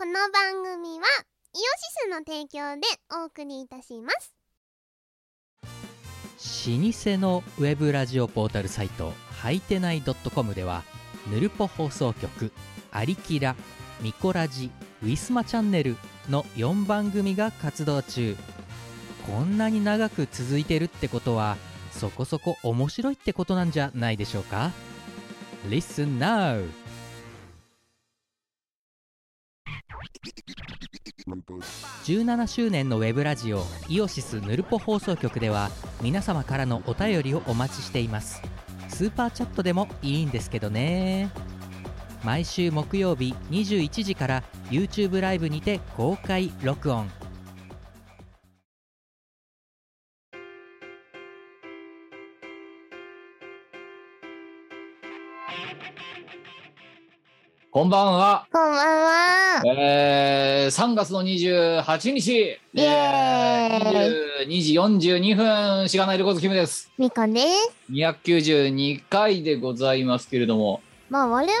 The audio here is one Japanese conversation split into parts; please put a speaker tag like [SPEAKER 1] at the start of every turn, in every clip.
[SPEAKER 1] の番組はイオシスの提供でお送りいたします
[SPEAKER 2] 老舗のウェブラジオポータルサイトはいてない .com ではぬるぽ放送局「アリキラ」「ミコラジ」「ウィスマチャンネル」の4番組が活動中こんなに長く続いてるってことはそこそこ面白いってことなんじゃないでしょうか Listen now! 17周年のウェブラジオイオシスヌルポ放送局では皆様からのお便りをお待ちしていますスーパーチャットでもいいんですけどね毎週木曜日21時から YouTube ライブにて公開録音
[SPEAKER 3] こんばんは。
[SPEAKER 1] こんばんは
[SPEAKER 3] えー、3月の28日、
[SPEAKER 1] イエ
[SPEAKER 3] ーイ2時42分、しがないレコーズキムです。
[SPEAKER 1] みかです
[SPEAKER 3] 292回でございますけれども、
[SPEAKER 1] まあ我々に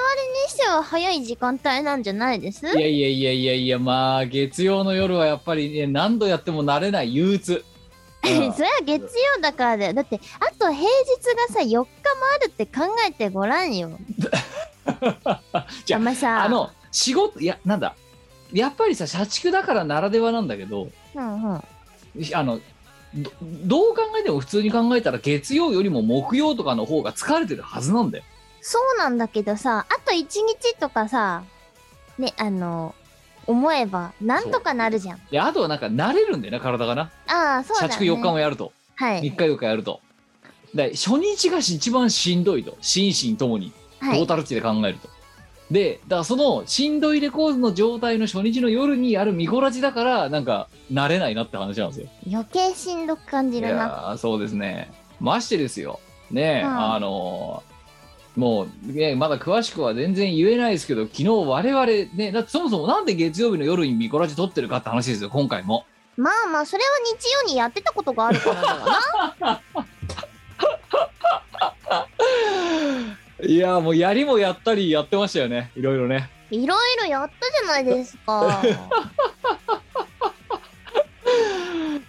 [SPEAKER 1] しては早い時間帯なんじゃないです
[SPEAKER 3] いやいやいやいやいや、まあ、月曜の夜はやっぱりね、何度やっても慣れない憂鬱。
[SPEAKER 1] それは月曜だからだよだってあと平日がさ4日もあるって考えてごらんよ
[SPEAKER 3] じゃあ
[SPEAKER 1] お前さ
[SPEAKER 3] あの、仕事、いや、なんだ、やっぱりさ、社畜だからならではなんだけど、
[SPEAKER 1] うんうん
[SPEAKER 3] あの、どどう考えても普通に考えたら月曜よりも木曜とかの方が疲れてるはずなんだよ。
[SPEAKER 1] そうなんだけどさあと1日とかさねあの思えばなんとかなるじゃん
[SPEAKER 3] で、あとはなんか慣れるんだよな、体がな。
[SPEAKER 1] ああそうだ、
[SPEAKER 3] 社
[SPEAKER 1] ね、
[SPEAKER 3] 畜4日もやると、
[SPEAKER 1] は
[SPEAKER 3] 3
[SPEAKER 1] い、
[SPEAKER 3] 日4日やると。で、初日が一番しんどいと、心身ともに、ト
[SPEAKER 1] は
[SPEAKER 3] ー
[SPEAKER 1] い、
[SPEAKER 3] タル値で考えると。で、だからその、しんどいレコードの状態の初日の夜にやるミコラジだから、なんか、慣れないなって話なんですよ。
[SPEAKER 1] 余計しんどく感じ
[SPEAKER 3] い
[SPEAKER 1] るな
[SPEAKER 3] やーそうですね。ましてですよ。ねえ、
[SPEAKER 1] うん
[SPEAKER 3] あのーもう、ね、まだ詳しくは全然言えないですけど、昨日我々、ね、だってそもそもなんで月曜日の夜にミコラジ撮ってるかって話ですよ、今回も。
[SPEAKER 1] まあまあそれは日曜にやってたことがあるからだよな
[SPEAKER 3] いやーもうやりもやったりやってましたよねいろいろね
[SPEAKER 1] いろいろやったじゃないですか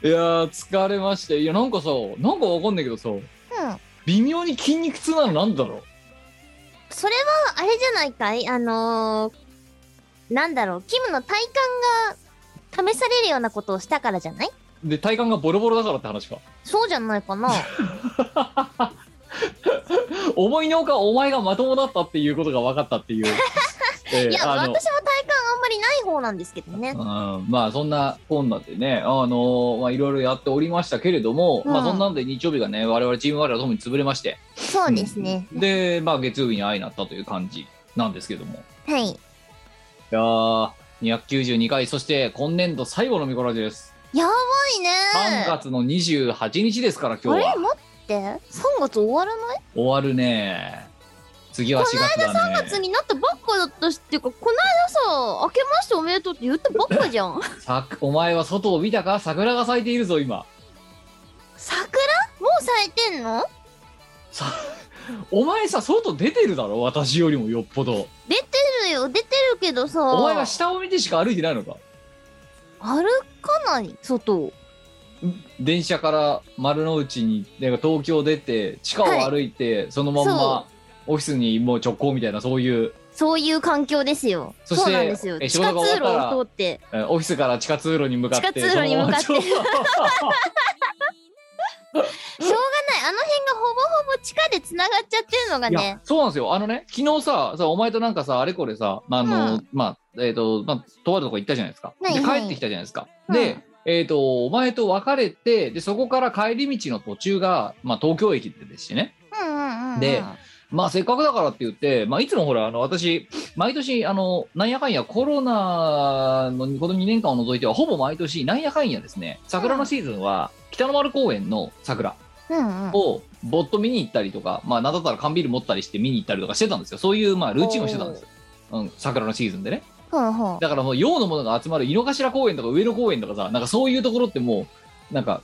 [SPEAKER 3] いやー疲れましていやなんかさなんかわかんないけどさ
[SPEAKER 1] うん
[SPEAKER 3] 微妙に筋肉痛なのなんだろ
[SPEAKER 1] それはあれじゃないかいあのー、なんだろうキムの体感が試されるようなことをしたからじゃないう
[SPEAKER 3] で体幹がボロボロだからって話か
[SPEAKER 1] そうじゃないかな
[SPEAKER 3] 思いのほかお前がまともだったっていうことが分かったっていう えー
[SPEAKER 1] いや私は
[SPEAKER 3] あ
[SPEAKER 1] 体
[SPEAKER 3] の
[SPEAKER 1] 感あんまりない方なんですけどね
[SPEAKER 3] うん、まあそんなこんなでね、あのーまあいろいろやっておりましたけれども、
[SPEAKER 1] うん
[SPEAKER 3] まあそんなんで日曜日がね、我々チーム我々ともに潰れまして、
[SPEAKER 1] そうですね、
[SPEAKER 3] で、まあ月曜日に会いになったという感じなんですけども。
[SPEAKER 1] はい
[SPEAKER 3] いやー、292回、そして今年度最後のミコラジです。
[SPEAKER 1] やばい
[SPEAKER 3] 3
[SPEAKER 1] ね
[SPEAKER 3] 月の28日ですから、今
[SPEAKER 1] あ
[SPEAKER 3] 日
[SPEAKER 1] れ
[SPEAKER 3] は。
[SPEAKER 1] 待って3月終わらない
[SPEAKER 3] 終わるね。次は4月だね。
[SPEAKER 1] 3月になったばっかだったしっていうかこの間さ「明けましておめでとう」って言ったばっかじ ゃん
[SPEAKER 3] さお前は外を見たか桜が咲いているぞ、今。
[SPEAKER 1] 桜もう咲いてんの
[SPEAKER 3] さお前さ、外出てるだろ私よりもよっぽど。
[SPEAKER 1] 出てるよ出てるけどさ
[SPEAKER 3] お前は下を見てしか歩いてないのか
[SPEAKER 1] 歩かない外を
[SPEAKER 3] 電車から丸の内に、なんか東京出て、地下を歩いて、そのまん
[SPEAKER 1] そ
[SPEAKER 3] まオフィスにもう直行みたいな、そういう。
[SPEAKER 1] そういう環境ですよ
[SPEAKER 3] そして
[SPEAKER 1] うなんですよ
[SPEAKER 3] え
[SPEAKER 1] 地
[SPEAKER 3] 仕
[SPEAKER 1] 下
[SPEAKER 3] 事が
[SPEAKER 1] 通
[SPEAKER 3] 終
[SPEAKER 1] 路
[SPEAKER 3] わったら
[SPEAKER 1] を通って
[SPEAKER 3] えーオフィスから地下通路に向かって
[SPEAKER 1] 地下通路に向かって
[SPEAKER 3] そのまま
[SPEAKER 1] しょうがないあの辺がほぼほぼ地下でつながっちゃってるの が
[SPEAKER 3] い
[SPEAKER 1] ね
[SPEAKER 3] やそうなんですよあのね昨日ささお前となんかさあれこれさまああの、
[SPEAKER 1] う
[SPEAKER 3] まあえっ、とまあとあるとこ行ったじゃないですか、
[SPEAKER 1] はいはい
[SPEAKER 3] で帰ってきたじゃないですか、
[SPEAKER 1] うん
[SPEAKER 3] でえっ、とお前と別れてでそこから帰り道の途中がまあ東京駅ってですしね
[SPEAKER 1] うんうんうんうん
[SPEAKER 3] でまあせっかくだからって言ってまあいつもほらあの私毎年あのなんやかんやコロナのこの2年間を除いてはほぼ毎年なんやかんやですね桜のシーズンは北の丸公園の桜
[SPEAKER 1] うんうん
[SPEAKER 3] をぼっと見に行ったりとか、まあ、なんだったら缶ビール持ったりして見に行ったりとかしてたんですよ。そういう、まあ、ルーチンをしてたんですよ。うん、桜のシーズンでね。
[SPEAKER 1] ほうほう
[SPEAKER 3] だからもう、洋のものが集まる井の頭公園とか上野公園とかさ、なんかそういうところってもう、なんか、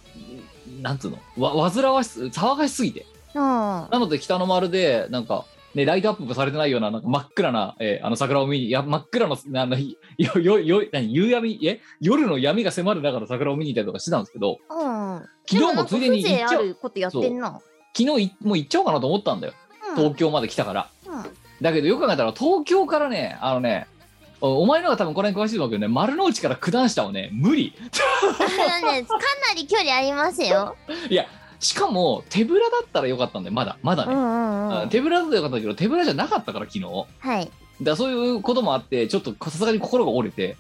[SPEAKER 3] なんつうの、わ、煩わしす、騒がしすぎて。
[SPEAKER 1] うん
[SPEAKER 3] なので、北の丸で、なんか、ね、ライトアップもされてないような、なんか真っ暗な、えーあの桜を見に、いや、真っ暗の、あの、いよ、よ、よ、何、夕闇、え、夜の闇が迫る中の桜を見に行ったりとかしてたんですけど、
[SPEAKER 1] うん。
[SPEAKER 3] 昨日もついでに
[SPEAKER 1] でもなんか風情
[SPEAKER 3] 行っちゃ
[SPEAKER 1] あ
[SPEAKER 3] う
[SPEAKER 1] ることやってんな。
[SPEAKER 3] 昨日いもう行っちゃおうかなと思ったんだよ。東京まで来たから。
[SPEAKER 1] うん。うん
[SPEAKER 3] だけどよく考えたら、東京からね、あのね、おお前の方が多分これに詳しいと思うけどね、丸の内から九段下はね、無理。
[SPEAKER 1] あのね、かなり距離ありますよ。
[SPEAKER 3] いや、しかも、手ぶらだったらよかったんだよ、まだ、まだ
[SPEAKER 1] うんう
[SPEAKER 3] ね。
[SPEAKER 1] んう
[SPEAKER 3] うん
[SPEAKER 1] ん。
[SPEAKER 3] 手ぶらだとよかったけど、手ぶらじゃなかったから、昨日。だか
[SPEAKER 1] はい。
[SPEAKER 3] らそういうこともあって、ちょっとさすがに心が折れて、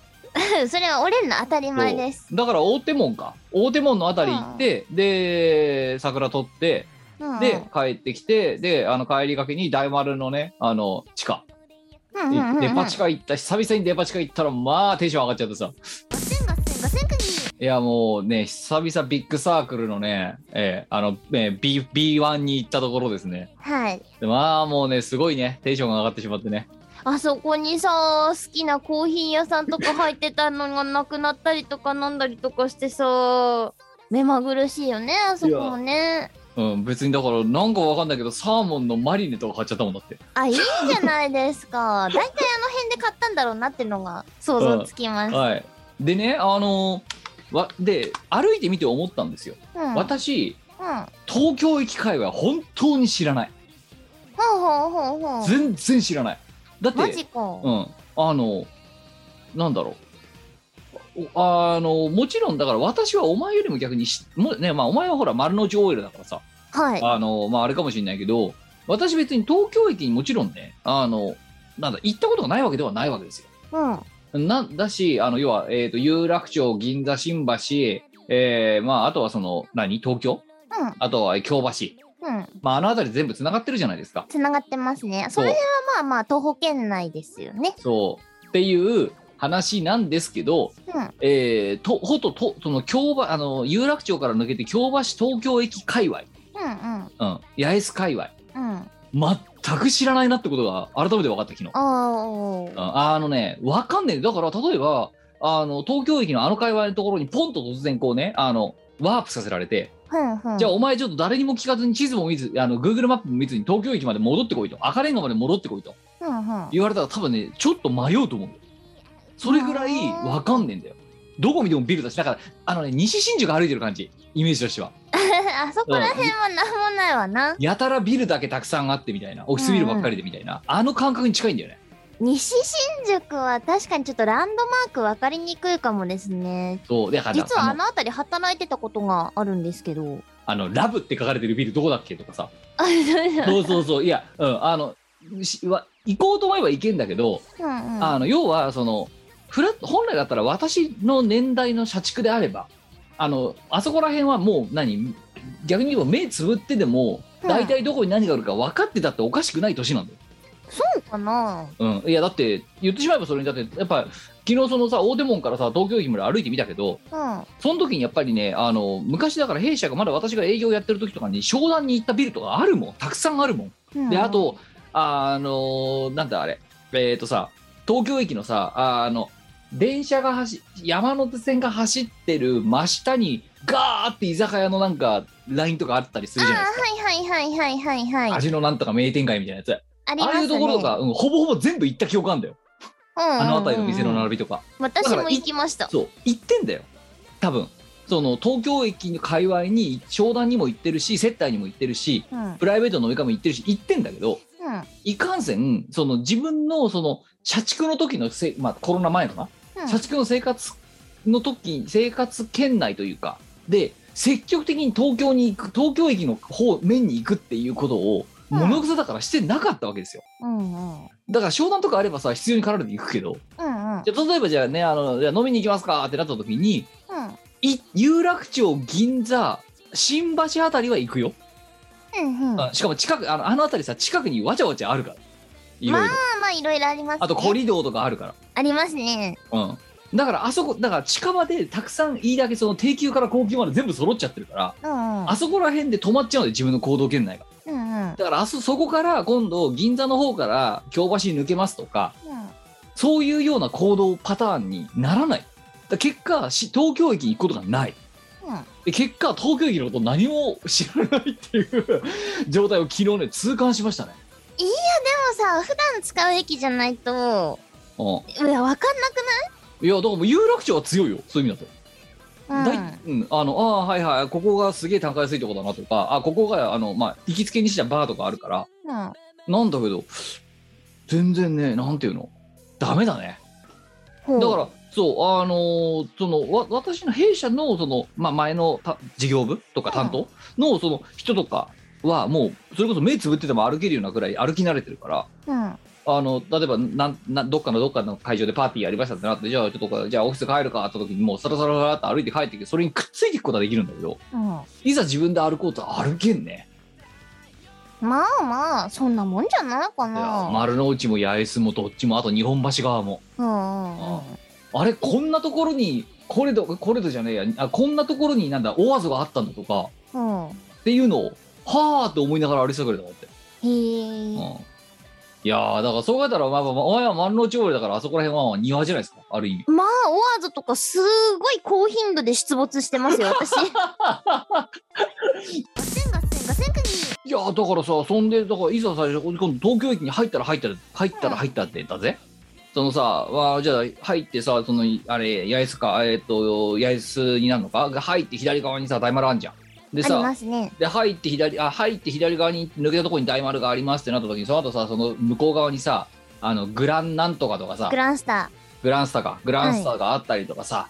[SPEAKER 1] それは折れるの当たり前です。
[SPEAKER 3] だから大手門か大手門のあたり行って、で桜取って
[SPEAKER 1] うんうん
[SPEAKER 3] で、帰ってきてであの帰りがけに大丸のねあの地下
[SPEAKER 1] うんうんうんうん、
[SPEAKER 3] デパ地下行った久々にデパ地下行ったらまあテンション上がっちゃってさ
[SPEAKER 1] 五千五千五千国。
[SPEAKER 3] いやもうね久々ビッグサークルのね、えーあの、えー B B1 に行ったところですね
[SPEAKER 1] はい。
[SPEAKER 3] でまあもうねすごいねテンションが上がってしまってね
[SPEAKER 1] あそこにさ、好きなコーヒー屋さんとか入ってたのがなくなったりとか飲んだりとかしてさ、目まぐるしいよね、あそこもね。
[SPEAKER 3] うん別にだからなんかわかんないけどサーモンのマリネとか買っちゃったもんだって
[SPEAKER 1] あ、いいんじゃないです か。だいたいあの辺で買ったんだろうなってのが想像つきます。
[SPEAKER 3] はいでねあのわで歩いてみて思ったんですよ
[SPEAKER 1] うん。うん。
[SPEAKER 3] 私
[SPEAKER 1] ほう
[SPEAKER 3] 東京駅界は本当に知らない
[SPEAKER 1] ほうほうほう。
[SPEAKER 3] 全然知らないだって
[SPEAKER 1] マジか。うん。
[SPEAKER 3] うんあのなんだろうおあのもちろんだから私はお前よりも逆にしもねまあお前はほら丸の内 OL だからさ
[SPEAKER 1] はい。
[SPEAKER 3] あのまああれかもしれないけど私別に東京駅にもちろんねあのなんだ行ったことがないわけではないわけですよ
[SPEAKER 1] うん。
[SPEAKER 3] なんだし、あの要は、えー、と有楽町、銀座、新橋、えーまあ、あとはその何東京、
[SPEAKER 1] うん
[SPEAKER 3] あとは京橋、
[SPEAKER 1] うん。
[SPEAKER 3] まあ、あの辺り全部つながってるじゃないですか。
[SPEAKER 1] つながってますね。そ
[SPEAKER 3] そう
[SPEAKER 1] れはまあまあ、徒歩圏内ですよね。
[SPEAKER 3] そうっていう話なんですけど、
[SPEAKER 1] うん。
[SPEAKER 3] えー、とほととその京橋あの有楽町から抜けて京橋東京駅界隈、
[SPEAKER 1] うん
[SPEAKER 3] うん、八重洲界隈
[SPEAKER 1] うん。うん。
[SPEAKER 3] 全く知らないなってことが改めて分かった昨日。
[SPEAKER 1] お
[SPEAKER 3] う
[SPEAKER 1] ー。
[SPEAKER 3] んあのね、わかんねえ。だから、例えば、あの、東京駅のあの界隈のところにポンと突然こうね、あの、ワープさせられて、
[SPEAKER 1] うんうん。
[SPEAKER 3] じゃあお前ちょっと誰にも聞かずに地図も見ず、あの、Google マップも見ずに東京駅まで戻ってこいと、赤レンガまで戻ってこいと
[SPEAKER 1] うん うん。
[SPEAKER 3] 言われたら多分ね、ちょっと迷うと思う。それぐらいわかんねえんだよ。どこ見てもビルだし、だから、あのね、西新宿歩いてる感じ、イメージとしては。
[SPEAKER 1] あそこら辺はなんもないわな。
[SPEAKER 3] やたらビルだけたくさんあってみたいな、オフィスビルばっかりでみたいな、あの感覚に近いんだよね。
[SPEAKER 1] 西新宿は確かにちょっとランドマーク分かりにくいかもですね。
[SPEAKER 3] そう、だから、
[SPEAKER 1] 実は
[SPEAKER 3] あ
[SPEAKER 1] あ
[SPEAKER 3] の
[SPEAKER 1] の辺り働いてたことがあるんですけ ど。
[SPEAKER 3] あの、ラブって書かれてるビルどこだっけとかさ、
[SPEAKER 1] あ、そうだ。
[SPEAKER 3] そうそうそう、いや、うん、あの、しは行こうと思えば行けんだけど、
[SPEAKER 1] うんうん。
[SPEAKER 3] あの要はそのフラット本来だったら私の年代の社畜であれば、あのあそこら辺はもう何逆に言えば目つぶってでも
[SPEAKER 1] うん
[SPEAKER 3] 大体どこに何があるか分かってたっておかしくない年なんだよ。
[SPEAKER 1] そうかな。
[SPEAKER 3] うん、いやだって言ってしまえばそれにだってやっぱ昨日そのさ大手門からさ東京駅まで歩いてみたけど
[SPEAKER 1] うん。
[SPEAKER 3] その時にやっぱりねあの昔だから弊社がまだ私が営業やってる時とかに商談に行ったビルとかあるもんたくさんあるもん。
[SPEAKER 1] うん、
[SPEAKER 3] であ、とあのなんだあれえっ、とさ東京駅のさあの電車が走山手線が走ってる真下にガーって居酒屋のなんかラインとかあったりす
[SPEAKER 1] あ
[SPEAKER 3] る
[SPEAKER 1] あ、
[SPEAKER 3] じゃないですか、
[SPEAKER 1] はいはいはいはいはいはい。
[SPEAKER 3] 味のなんとか名店街みたいなやつあ,、
[SPEAKER 1] ありま
[SPEAKER 3] あい
[SPEAKER 1] す
[SPEAKER 3] う
[SPEAKER 1] ね。
[SPEAKER 3] ところが、うん、ほぼほぼ全部行った記憶あるんだよ、
[SPEAKER 1] うんうんうんうん、
[SPEAKER 3] あの辺りの店の並びとか
[SPEAKER 1] 私も行きました。
[SPEAKER 3] そう行ってんだよ多分その東京駅の界隈に商談にも行ってるし接待にも行ってるし
[SPEAKER 1] うん。うん。
[SPEAKER 3] プライベートの飲み会も行ってるし行ってんだけどいかんせんその自分のその社畜の時のせ、まあ、コロナ前のな、
[SPEAKER 1] うん
[SPEAKER 3] 社畜の生活の時生活圏内というかで積極的に東京に行く東京駅の方面に行くっていうことを
[SPEAKER 1] うん
[SPEAKER 3] 物臭だからしてなかったわけですよ
[SPEAKER 1] うんうん。
[SPEAKER 3] だから商談とかあればさ必要に駆られていくけど
[SPEAKER 1] うんうん。
[SPEAKER 3] じゃあ例えばじゃあねあのじゃあ飲みに行きますかってなった時に
[SPEAKER 1] うん
[SPEAKER 3] い有楽町銀座新橋あたりは行くよ、
[SPEAKER 1] うんうん。ま
[SPEAKER 3] あしかも近くあのあのあたりさ近くにわちゃわちゃあるからいろいろ、
[SPEAKER 1] あまあ、いろいろあります、ね。
[SPEAKER 3] あとコリドーとかあるから
[SPEAKER 1] ありますね。
[SPEAKER 3] うん、だからあそこだから近場でたくさんいいだけその低級から高級まで全部揃っちゃってるから
[SPEAKER 1] うんうん。
[SPEAKER 3] あそこら辺で止まっちゃうんで自分の行動圏内が
[SPEAKER 1] うんうん。
[SPEAKER 3] だからあそそこから今度銀座の方から京橋に抜けますとか
[SPEAKER 1] うん
[SPEAKER 3] そういうような行動パターンにならないだから結果し東京駅に行くことがない
[SPEAKER 1] うん
[SPEAKER 3] で結果東京駅のこと何も知らないっていう状態を昨日ね痛感しましたね
[SPEAKER 1] いさ普段使う駅じゃないと
[SPEAKER 3] うん
[SPEAKER 1] いやわかんなく
[SPEAKER 3] いやだからもう有楽町は強いよそういう意味だと、
[SPEAKER 1] ない、
[SPEAKER 3] だいうん、あのああはいはいここがすげえ単価安いとこだなとかあここがあのまあ行きつけにしちゃバーとかあるから
[SPEAKER 1] うんうん
[SPEAKER 3] なんだけど全然ねなんていうのダメだね
[SPEAKER 1] ほう
[SPEAKER 3] だからそうあのーそのわ私の弊社のその、まあ、前のた事業部とか担当のその人とかはもうそれこそ目つぶってても歩けるようなくらい歩き慣れてるか
[SPEAKER 1] う
[SPEAKER 3] ら
[SPEAKER 1] ん
[SPEAKER 3] あの例えばなんなんどっかのどっかの会場でパーティーやりましたってなってじゃあちょっとじゃあオフィス帰るかって時にもうサラサラサラっと歩いて帰ってきてそれにくっついていくことはできるんだけど
[SPEAKER 1] うん
[SPEAKER 3] いざ自分で歩こうと歩けんね、
[SPEAKER 1] まあまあそんなもんじゃないか
[SPEAKER 3] いや
[SPEAKER 1] な
[SPEAKER 3] 丸の内も八重洲もどっちもあと日本橋側も
[SPEAKER 1] うんうんうん
[SPEAKER 3] あれこんなところにこれどこれどじゃねえやあこんなところになんだオアゾがあったんだとか
[SPEAKER 1] うん
[SPEAKER 3] っていうのをはあと思いながら歩いてたぐらいだもんって、
[SPEAKER 1] へ
[SPEAKER 3] うん
[SPEAKER 1] え、
[SPEAKER 3] いやーだからそう考えたら、まあまあまあ、お前は丸の内俺だからあそこら辺は庭じゃないですかある意味
[SPEAKER 1] まあオアーズとかすごい高頻度で出没してますよ 私ガセンガセンガセンク
[SPEAKER 3] いやーだからさそんでだからいざ最初今度東京駅に入ったら入ったら入ったら入ったって言ったぜ、そのさわあじゃあ入ってさそのあれ八重洲かえっ、と八重洲になるのかが入って左側にさ大丸あんじゃんで
[SPEAKER 1] あり
[SPEAKER 3] さ
[SPEAKER 1] ますね
[SPEAKER 3] で入って左あ入って左側に抜けたとこに大丸がありますってなった時にその後さその向こう側にさあのグランなんとかとかさ
[SPEAKER 1] グランスタ
[SPEAKER 3] グランスタかグランスタがあったりとかさ、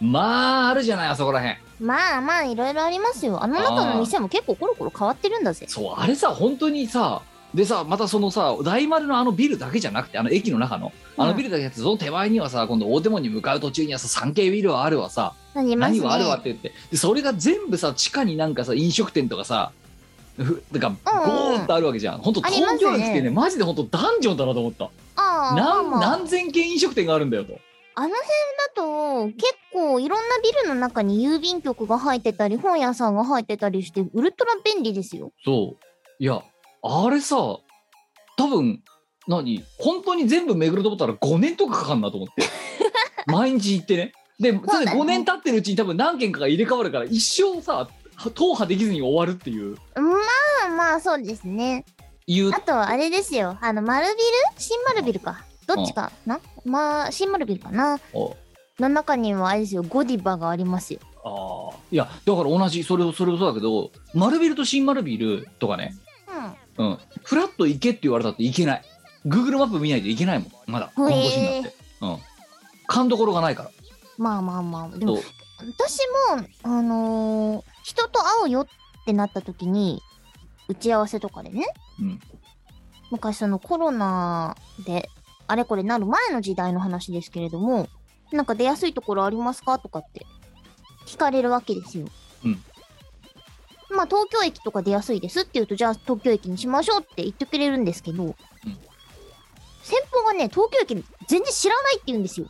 [SPEAKER 3] まああるじゃないあそこらへん
[SPEAKER 1] ーまあまあいろいろありますよあの中の店も結構コロコロ変わってるんだぜ
[SPEAKER 3] そうあれさ本当にさでさまたそのさ大丸のあのビルだけじゃなくてあの駅の中のあのビルだけじゃなくてその手前にはさ今度大手門に向かう途中にはさ 3K ビルはあるわさ
[SPEAKER 1] なります
[SPEAKER 3] 何
[SPEAKER 1] ね
[SPEAKER 3] はあるわって言ってでそれが全部さ地下になんかさ飲食店とかさふなんか
[SPEAKER 1] うんうん
[SPEAKER 3] ゴーンとあるわけじゃん本当
[SPEAKER 1] ありますね
[SPEAKER 3] 東京駅ってねマジで本当ダンジョンだなと思った
[SPEAKER 1] ああまあ
[SPEAKER 3] 何
[SPEAKER 1] まあ
[SPEAKER 3] 何千軒飲食店があるんだよと
[SPEAKER 1] あの辺だと結構いろんなビルの中に郵便局が入ってたり本屋さんが入ってたりしてウルトラ便利ですよ。
[SPEAKER 3] そういやあれさ多分何本当に全部巡ると思ったら5年とかかかんなと思って 毎日行ってねでそ
[SPEAKER 1] そう
[SPEAKER 3] れ
[SPEAKER 1] だ
[SPEAKER 3] で
[SPEAKER 1] よね
[SPEAKER 3] 5年経ってるうちに多分何件かが入れ替わるから一生さ踏破できずに終わるっていう
[SPEAKER 1] まあまあそうですね。
[SPEAKER 3] いう
[SPEAKER 1] あとはあれですよ。あの丸ビル新丸ビルか。どっちかなまあ新丸ビルかな。
[SPEAKER 3] お
[SPEAKER 1] の中にはあれですよ。ゴディバがありますよ。
[SPEAKER 3] あーいやだから同じそれをそれもそうだけど丸ビルと新丸ビルとかね、
[SPEAKER 1] う
[SPEAKER 3] うん、フラッと行けって言われたって行けない Google マップ見ないといけないもんまだこの年になって、うん、勘どころがないから
[SPEAKER 1] ん。まあまあまあ。でも
[SPEAKER 3] と
[SPEAKER 1] 私も、あのー人と会うよってなった時に打ち合わせとかでね。
[SPEAKER 3] うん
[SPEAKER 1] 昔そのコロナであれこれなる前の時代の話ですけれどもなんか出やすいところありますかとかって聞かれるわけですよ。
[SPEAKER 3] うん
[SPEAKER 1] まあ東京駅とか出やすいですって言うとじゃあ東京駅にしましょうって言ってくれるんですけど、先方がね東京駅全然知らないって言うんですよ。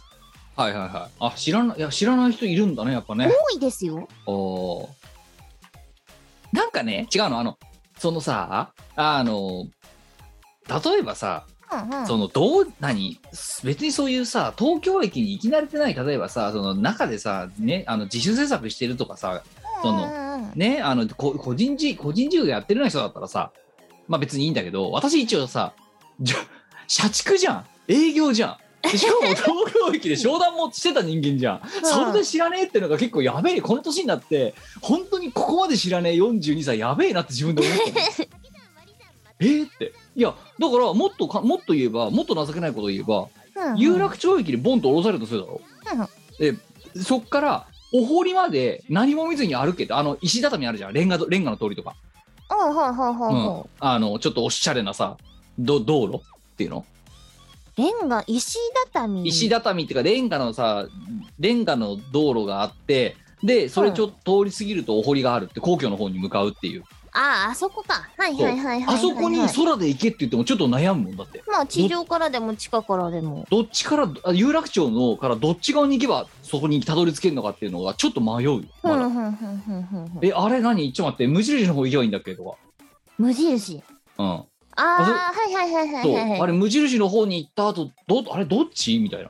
[SPEAKER 3] はいはいはい。あ、知らない、いや、知らない人いるんだね、やっぱね。
[SPEAKER 1] 多いですよ。
[SPEAKER 3] おーなんかね、違うの、あの、そのさ、あの、例えばさ、
[SPEAKER 1] うんうん。
[SPEAKER 3] その、どう、何、別にそういうさ、東京駅に行き慣れてない、例えばさ、その中でさ、ね、あの、自主制作してるとかさ、その
[SPEAKER 1] うんうんうん
[SPEAKER 3] ね、あの、こ個人事、個人事業やってるような人だったらさ、まあ別にいいんだけど、私一応さ、じゃ社畜じゃん営業じゃんしかも東京駅で商談もしてた人間じゃんそれで知らねえってのが結構やべえこの年になって本当にここまで知らねえ42歳やべえなって自分で思ったのええっていやだからもっとかもっと言えばもっと情けないことを言えば
[SPEAKER 1] うんうん
[SPEAKER 3] 有楽町駅にボンと降ろされたとするだろでそっからお堀まで何も見ずに歩けてあの石畳あるじゃんレンガどレンガの通りとか、
[SPEAKER 1] うんはいはいは
[SPEAKER 3] う
[SPEAKER 1] い
[SPEAKER 3] ん
[SPEAKER 1] は
[SPEAKER 3] あのちょっとおしゃれなさど道路っていうの
[SPEAKER 1] い。レンガ石畳。
[SPEAKER 3] 石畳っていうかレンガのさレンガの道路があってでそれちょっと通り過ぎるとお堀があるって皇居の方に向かうっていう
[SPEAKER 1] あああそこか。はいはいはいはいはいはい。
[SPEAKER 3] あそこに空で行けって言ってもちょっと悩むもんだって
[SPEAKER 1] まあ地上からでも地下からでも。
[SPEAKER 3] どっちからあ有楽町のからどっち側に行けばそこにたどり着けるのかっていうのがちょっと迷う、
[SPEAKER 1] ふ
[SPEAKER 3] ま
[SPEAKER 1] ん
[SPEAKER 3] だ
[SPEAKER 1] ふんふんふんふんふん
[SPEAKER 3] えあれ何ちょっと待って無印の方行けばいいんだっけとか
[SPEAKER 1] 無印。
[SPEAKER 3] うん
[SPEAKER 1] ああー、はいはいはいはい
[SPEAKER 3] そう
[SPEAKER 1] はいはい。
[SPEAKER 3] あれ無印の方に行った後どあれどっちみたいな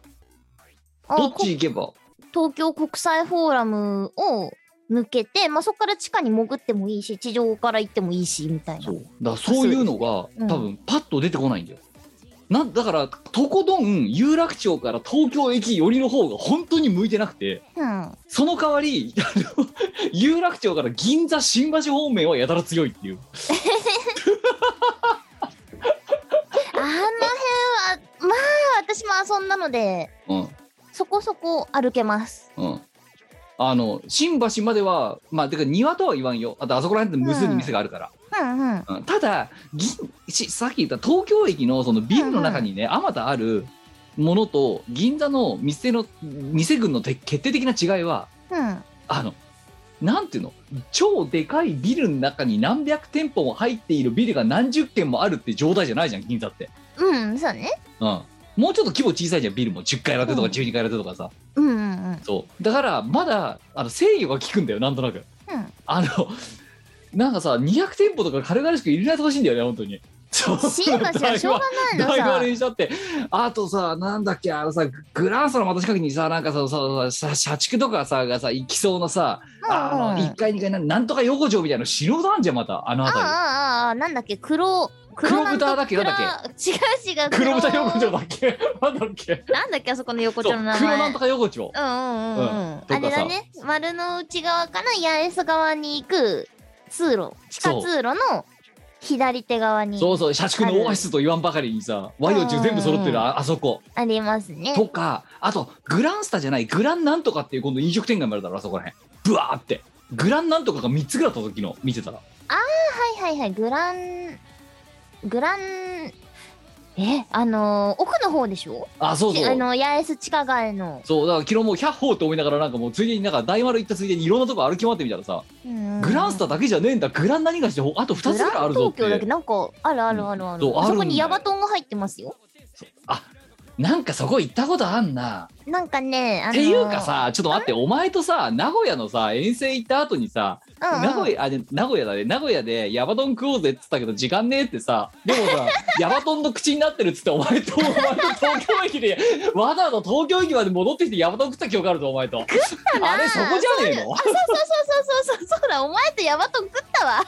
[SPEAKER 1] あ
[SPEAKER 3] どっち行けば
[SPEAKER 1] こ東京国際フォーラムを抜けて、まあ、そこから地下に潜ってもいいし地上から行ってもいいしみたいな
[SPEAKER 3] そうだからそういうのが
[SPEAKER 1] うん
[SPEAKER 3] 多分パッと出てこないんだよ、なんだからとことん有楽町から東京駅寄りの方が本当に向いてなくて
[SPEAKER 1] うん
[SPEAKER 3] その代わりあの 有楽町から銀座新橋方面はやたら強いっていう
[SPEAKER 1] あの辺はまあ私も遊んだので
[SPEAKER 3] うん
[SPEAKER 1] そこそこ歩けます
[SPEAKER 3] うんあの新橋まではまあてか庭とは言わんよあとあそこら辺って無数に店があるから、
[SPEAKER 1] うんうん
[SPEAKER 3] うんただ銀しさっき言った東京駅のそのビルの中にねあまたあるものと銀座の店の店群のて決定的な違いは
[SPEAKER 1] うん
[SPEAKER 3] あのなんていうの超でかいビルの中に何百店舗も入っているビルが何十軒もあるって状態じゃないじゃん銀座って、
[SPEAKER 1] うんそうね
[SPEAKER 3] うん、もうちょっと規模小さいじゃんビルも10階建てとか12階建てとかさ、
[SPEAKER 1] うんうんうん
[SPEAKER 3] そうだからまだあの制御が効くんだよなんとなくあのなんかさ200店舗とか軽々しく入れないでほしいんだよね本当にそう
[SPEAKER 1] うん新橋はしょうがないの
[SPEAKER 3] 大
[SPEAKER 1] さ
[SPEAKER 3] 丸にしちゃってあとさなんだっけあのさグランスのまた近くにさなんかさささ社畜とかさがさ行きそうなさあ
[SPEAKER 1] うん
[SPEAKER 3] の
[SPEAKER 1] うん
[SPEAKER 3] 1階2階なんなんとか横丁みたいな素人なんじゃんまたあの
[SPEAKER 1] ああ
[SPEAKER 3] 辺り
[SPEAKER 1] ああああなんだっけ黒
[SPEAKER 3] 黒
[SPEAKER 1] なん
[SPEAKER 3] 豚だっけなんだっ
[SPEAKER 1] 黒違う違う
[SPEAKER 3] け黒豚横丁だっけ なんだっけ
[SPEAKER 1] なんだっけあそこの横
[SPEAKER 3] そ
[SPEAKER 1] 丁
[SPEAKER 3] う
[SPEAKER 1] の
[SPEAKER 3] 黒
[SPEAKER 1] 名前
[SPEAKER 3] なんとか横丁
[SPEAKER 1] うんうんうん、うん、
[SPEAKER 3] とかさ
[SPEAKER 1] あれだね丸の内側から八重洲側に行く通路地下通路の左手側に
[SPEAKER 3] そうそう社畜のオアシスと言わんばかりにさワイド中全部
[SPEAKER 1] うん
[SPEAKER 3] 揃って
[SPEAKER 1] うんう
[SPEAKER 3] る
[SPEAKER 1] ん
[SPEAKER 3] ああそこ
[SPEAKER 1] ありますね
[SPEAKER 3] とかあとグランスタじゃないグランなんとかっていう今度飲食店街もあるだろあそこらへんブワーってグランなんとかが3つぐらいあった時の見てたら
[SPEAKER 1] はいはいはいグラングランえあのー奥の方でしょ
[SPEAKER 3] あそうそう
[SPEAKER 1] あの八重洲地下街の、
[SPEAKER 3] そうだから昨日もう百歩って思いながらなんかもうついでになんか大丸行ったついでにいろんなとこ歩き回ってみたらさ、
[SPEAKER 1] うん
[SPEAKER 3] グランスタだけじゃねえんだグラン何がしてほあと2つぐらいあるぞっ
[SPEAKER 1] グラン東京だけ
[SPEAKER 3] て
[SPEAKER 1] なんかあるあるあるある、
[SPEAKER 3] そうあるんだよ
[SPEAKER 1] そこにヤバトンが入ってますよ
[SPEAKER 3] あなんかそこ行ったことあんな、
[SPEAKER 1] なんかね、あのー
[SPEAKER 3] っていうか、さちょっと待ってお前とさ名古屋のさ遠征行った後にさ、
[SPEAKER 1] うんうん
[SPEAKER 3] 名古屋あで名古屋だね名古屋でヤバトン食おうぜっつったけど時間ねえってさで もさヤバトンの口になってるっつってお前とお前と東京駅でわざわざ東京駅まで戻ってきてヤバトン食った記憶あるぞお前とあれそこじゃねえの
[SPEAKER 1] あそうそうそうそうそうそうそうだお前とヤバトン食ったわ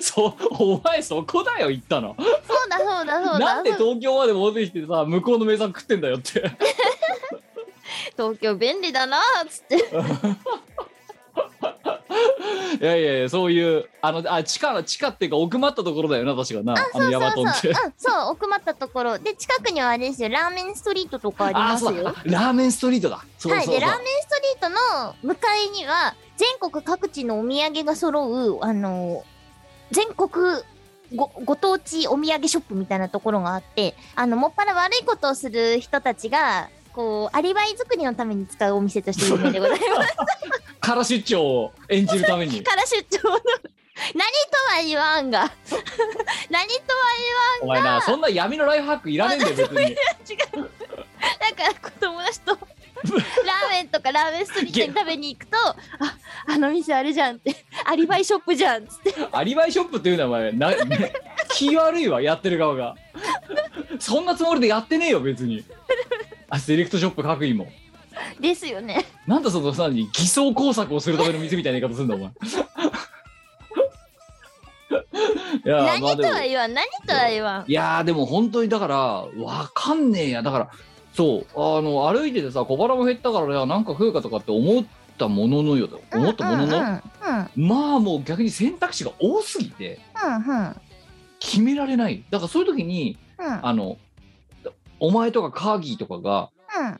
[SPEAKER 3] そうお前そこだよ行ったの
[SPEAKER 1] そうだそうだそうだ
[SPEAKER 3] なんで東京まで戻ってきてさ向こうの名産食ってんだよって
[SPEAKER 1] 東京便利だなーっつって
[SPEAKER 3] いやいやいやそういうあのあ地下の地下っていうか奥まったところだよな確かなあのヤバトンっ
[SPEAKER 1] そう
[SPEAKER 3] て
[SPEAKER 1] そう、うん、そう奥まったところで近くにはあれですよラーメンストリートとかあり
[SPEAKER 3] あ
[SPEAKER 1] ま
[SPEAKER 3] ー
[SPEAKER 1] す
[SPEAKER 3] そう
[SPEAKER 1] よ
[SPEAKER 3] だあラーメンストリートだそう
[SPEAKER 1] はい
[SPEAKER 3] そう
[SPEAKER 1] で
[SPEAKER 3] そ
[SPEAKER 1] ラ
[SPEAKER 3] う
[SPEAKER 1] ーメンストリートの向かいには全国各地のお土産が揃うあのー全国ごご当地お土産ショップみたいなところがあってあのもっぱら悪いことをする人たちがこうアリバイ作りのために使うお店として有名でございます
[SPEAKER 3] から出張を演じるために
[SPEAKER 1] から出張の 何とは言わんが 何とは
[SPEAKER 3] お前なそんな闇のライフハックいらねえんだよ別
[SPEAKER 1] だ
[SPEAKER 3] に
[SPEAKER 1] から子供たちとラーメンとかラーメンストリートに食べに行くとああの店あれじゃんってアリバイショップじゃんっつって
[SPEAKER 3] アリバイショップっていうのはお前な気悪いわやってる側がそんなつもりでやってねえよ別にあセレクトショップ各位も
[SPEAKER 1] ですよね
[SPEAKER 3] なんだそのさに偽装工作をするための店みたいな言い方するんだ お前いやー
[SPEAKER 1] 何
[SPEAKER 3] まあ
[SPEAKER 1] と
[SPEAKER 3] でも
[SPEAKER 1] は言わん何とは言わん
[SPEAKER 3] いやーでも本当にだからわかんねえやだからそうあの歩いててさ小腹も減ったからいやなんか食うかとかって思ったもののよ思ったものの、
[SPEAKER 1] うんうんうん
[SPEAKER 3] まあもう逆に選択肢が多すぎて
[SPEAKER 1] うん
[SPEAKER 3] 決められないだからそういう時に
[SPEAKER 1] うん
[SPEAKER 3] あのお前とかカーギーとかが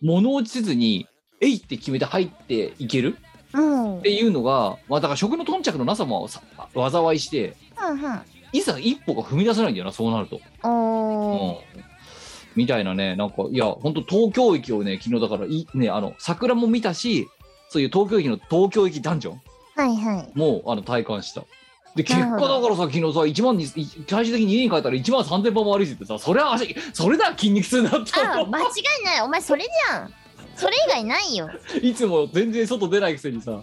[SPEAKER 1] うん
[SPEAKER 3] 物落ちせずにえいって決めて入っていける
[SPEAKER 1] うんうん
[SPEAKER 3] っていうのが、まあ、だから食の頓着のなさもさ災いして
[SPEAKER 1] うん
[SPEAKER 3] いざ一歩が踏み出せないんだよなそうなると、うん
[SPEAKER 1] おー
[SPEAKER 3] みたいなねなんかいや本当東京駅をね昨日だからいねあの桜も見たしそういう東京駅の東京駅ダンジョン
[SPEAKER 1] はいはい
[SPEAKER 3] もうあの体感したで結
[SPEAKER 1] なる
[SPEAKER 3] 果
[SPEAKER 1] ほ
[SPEAKER 3] だか
[SPEAKER 1] ど
[SPEAKER 3] らさ昨日さ1万に最終的に家に帰ったら1万3000歩も歩いててさそれは足それだ筋肉痛になった
[SPEAKER 1] あ
[SPEAKER 3] の
[SPEAKER 1] 間違いないお前それじゃんそれ以外ないよ
[SPEAKER 3] いつも全然外出ないくせにさ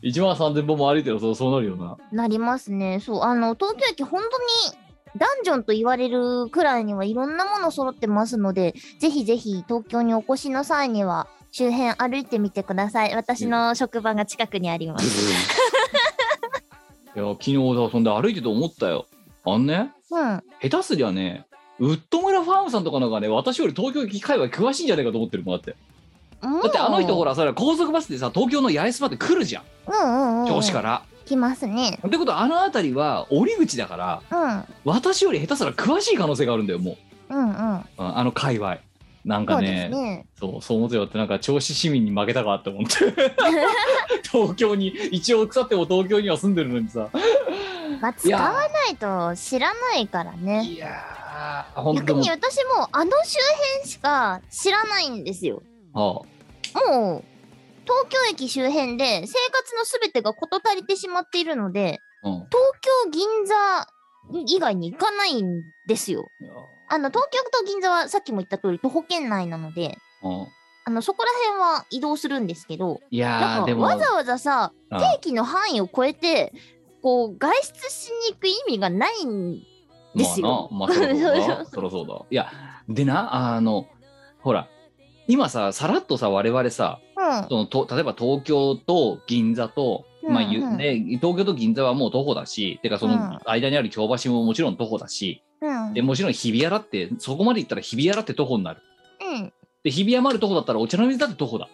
[SPEAKER 3] 1万3000歩も歩いてるそうそうなるよな
[SPEAKER 1] なりますね。そう、あの、東京駅、本当にダンジョンと言われるくらいにはいろんなもの揃ってますので、ぜひぜひ東京にお越しの際には、周辺歩いてみてください。私の職場が近くにあります。
[SPEAKER 3] いや昨日さそんで歩いてて思ったよあんね
[SPEAKER 1] うん。
[SPEAKER 3] 下手すりゃねウッド村ファームさんとかなんかね私より東京界隈詳しいんじゃないかと思ってるもんだって
[SPEAKER 1] もう
[SPEAKER 3] だってあの人ほらそれ高速バスでさ東京の八重洲まで来るじゃん
[SPEAKER 1] うんうんうん。
[SPEAKER 3] 上司から、
[SPEAKER 1] 来ますね。
[SPEAKER 3] ってことはあの辺りは折り口だから
[SPEAKER 1] うん。うん
[SPEAKER 3] 私より下手すら詳しい可能性があるんだよもう
[SPEAKER 1] うん。
[SPEAKER 3] うんあの界隈なん
[SPEAKER 1] そ
[SPEAKER 3] か
[SPEAKER 1] うです
[SPEAKER 3] ね
[SPEAKER 1] ね。
[SPEAKER 3] そうそう思ってよってなんか銚子市民に負けたかって思って 東京に一応腐っても東京には住んでるのにさ
[SPEAKER 1] まあ、
[SPEAKER 3] い
[SPEAKER 1] 使
[SPEAKER 3] や
[SPEAKER 1] わ
[SPEAKER 3] ー
[SPEAKER 1] ないと知らないからね。
[SPEAKER 3] いやー本
[SPEAKER 1] 逆
[SPEAKER 3] 当も
[SPEAKER 1] に私もあの周辺しか知らないんですよ。
[SPEAKER 3] うはあ
[SPEAKER 1] もう東京駅周辺で生活のすべてが事足りてしまっているので
[SPEAKER 3] うん
[SPEAKER 1] 東京銀座以外に行かないんですよ。あの東京と銀座はさっきも言った通り徒歩圏内なので
[SPEAKER 3] うん
[SPEAKER 1] あのそこら辺は移動するんですけど
[SPEAKER 3] いや
[SPEAKER 1] なん
[SPEAKER 3] ー
[SPEAKER 1] か
[SPEAKER 3] でも
[SPEAKER 1] わざわざさ
[SPEAKER 3] うん
[SPEAKER 1] 定期の範囲を超えてこう外出しに行く意味がないんですよ
[SPEAKER 3] まあな、まあ、そり
[SPEAKER 1] そう
[SPEAKER 3] ゃそうだそりゃそうだいやでなあのほら今ささらっとさ我々さ
[SPEAKER 1] うん
[SPEAKER 3] そのと例えば東京と銀座と、まあゆ
[SPEAKER 1] うんうん
[SPEAKER 3] ね、東京と銀座はもう徒歩だしてかそうの
[SPEAKER 1] ん
[SPEAKER 3] 間にある京橋ももちろん徒歩だ
[SPEAKER 1] う
[SPEAKER 3] し、
[SPEAKER 1] ん
[SPEAKER 3] でもちろん日比谷だってそこまで行ったら日比谷だって徒歩になる
[SPEAKER 1] うん
[SPEAKER 3] で日比谷まで徒歩だったらお茶の水だって徒歩だ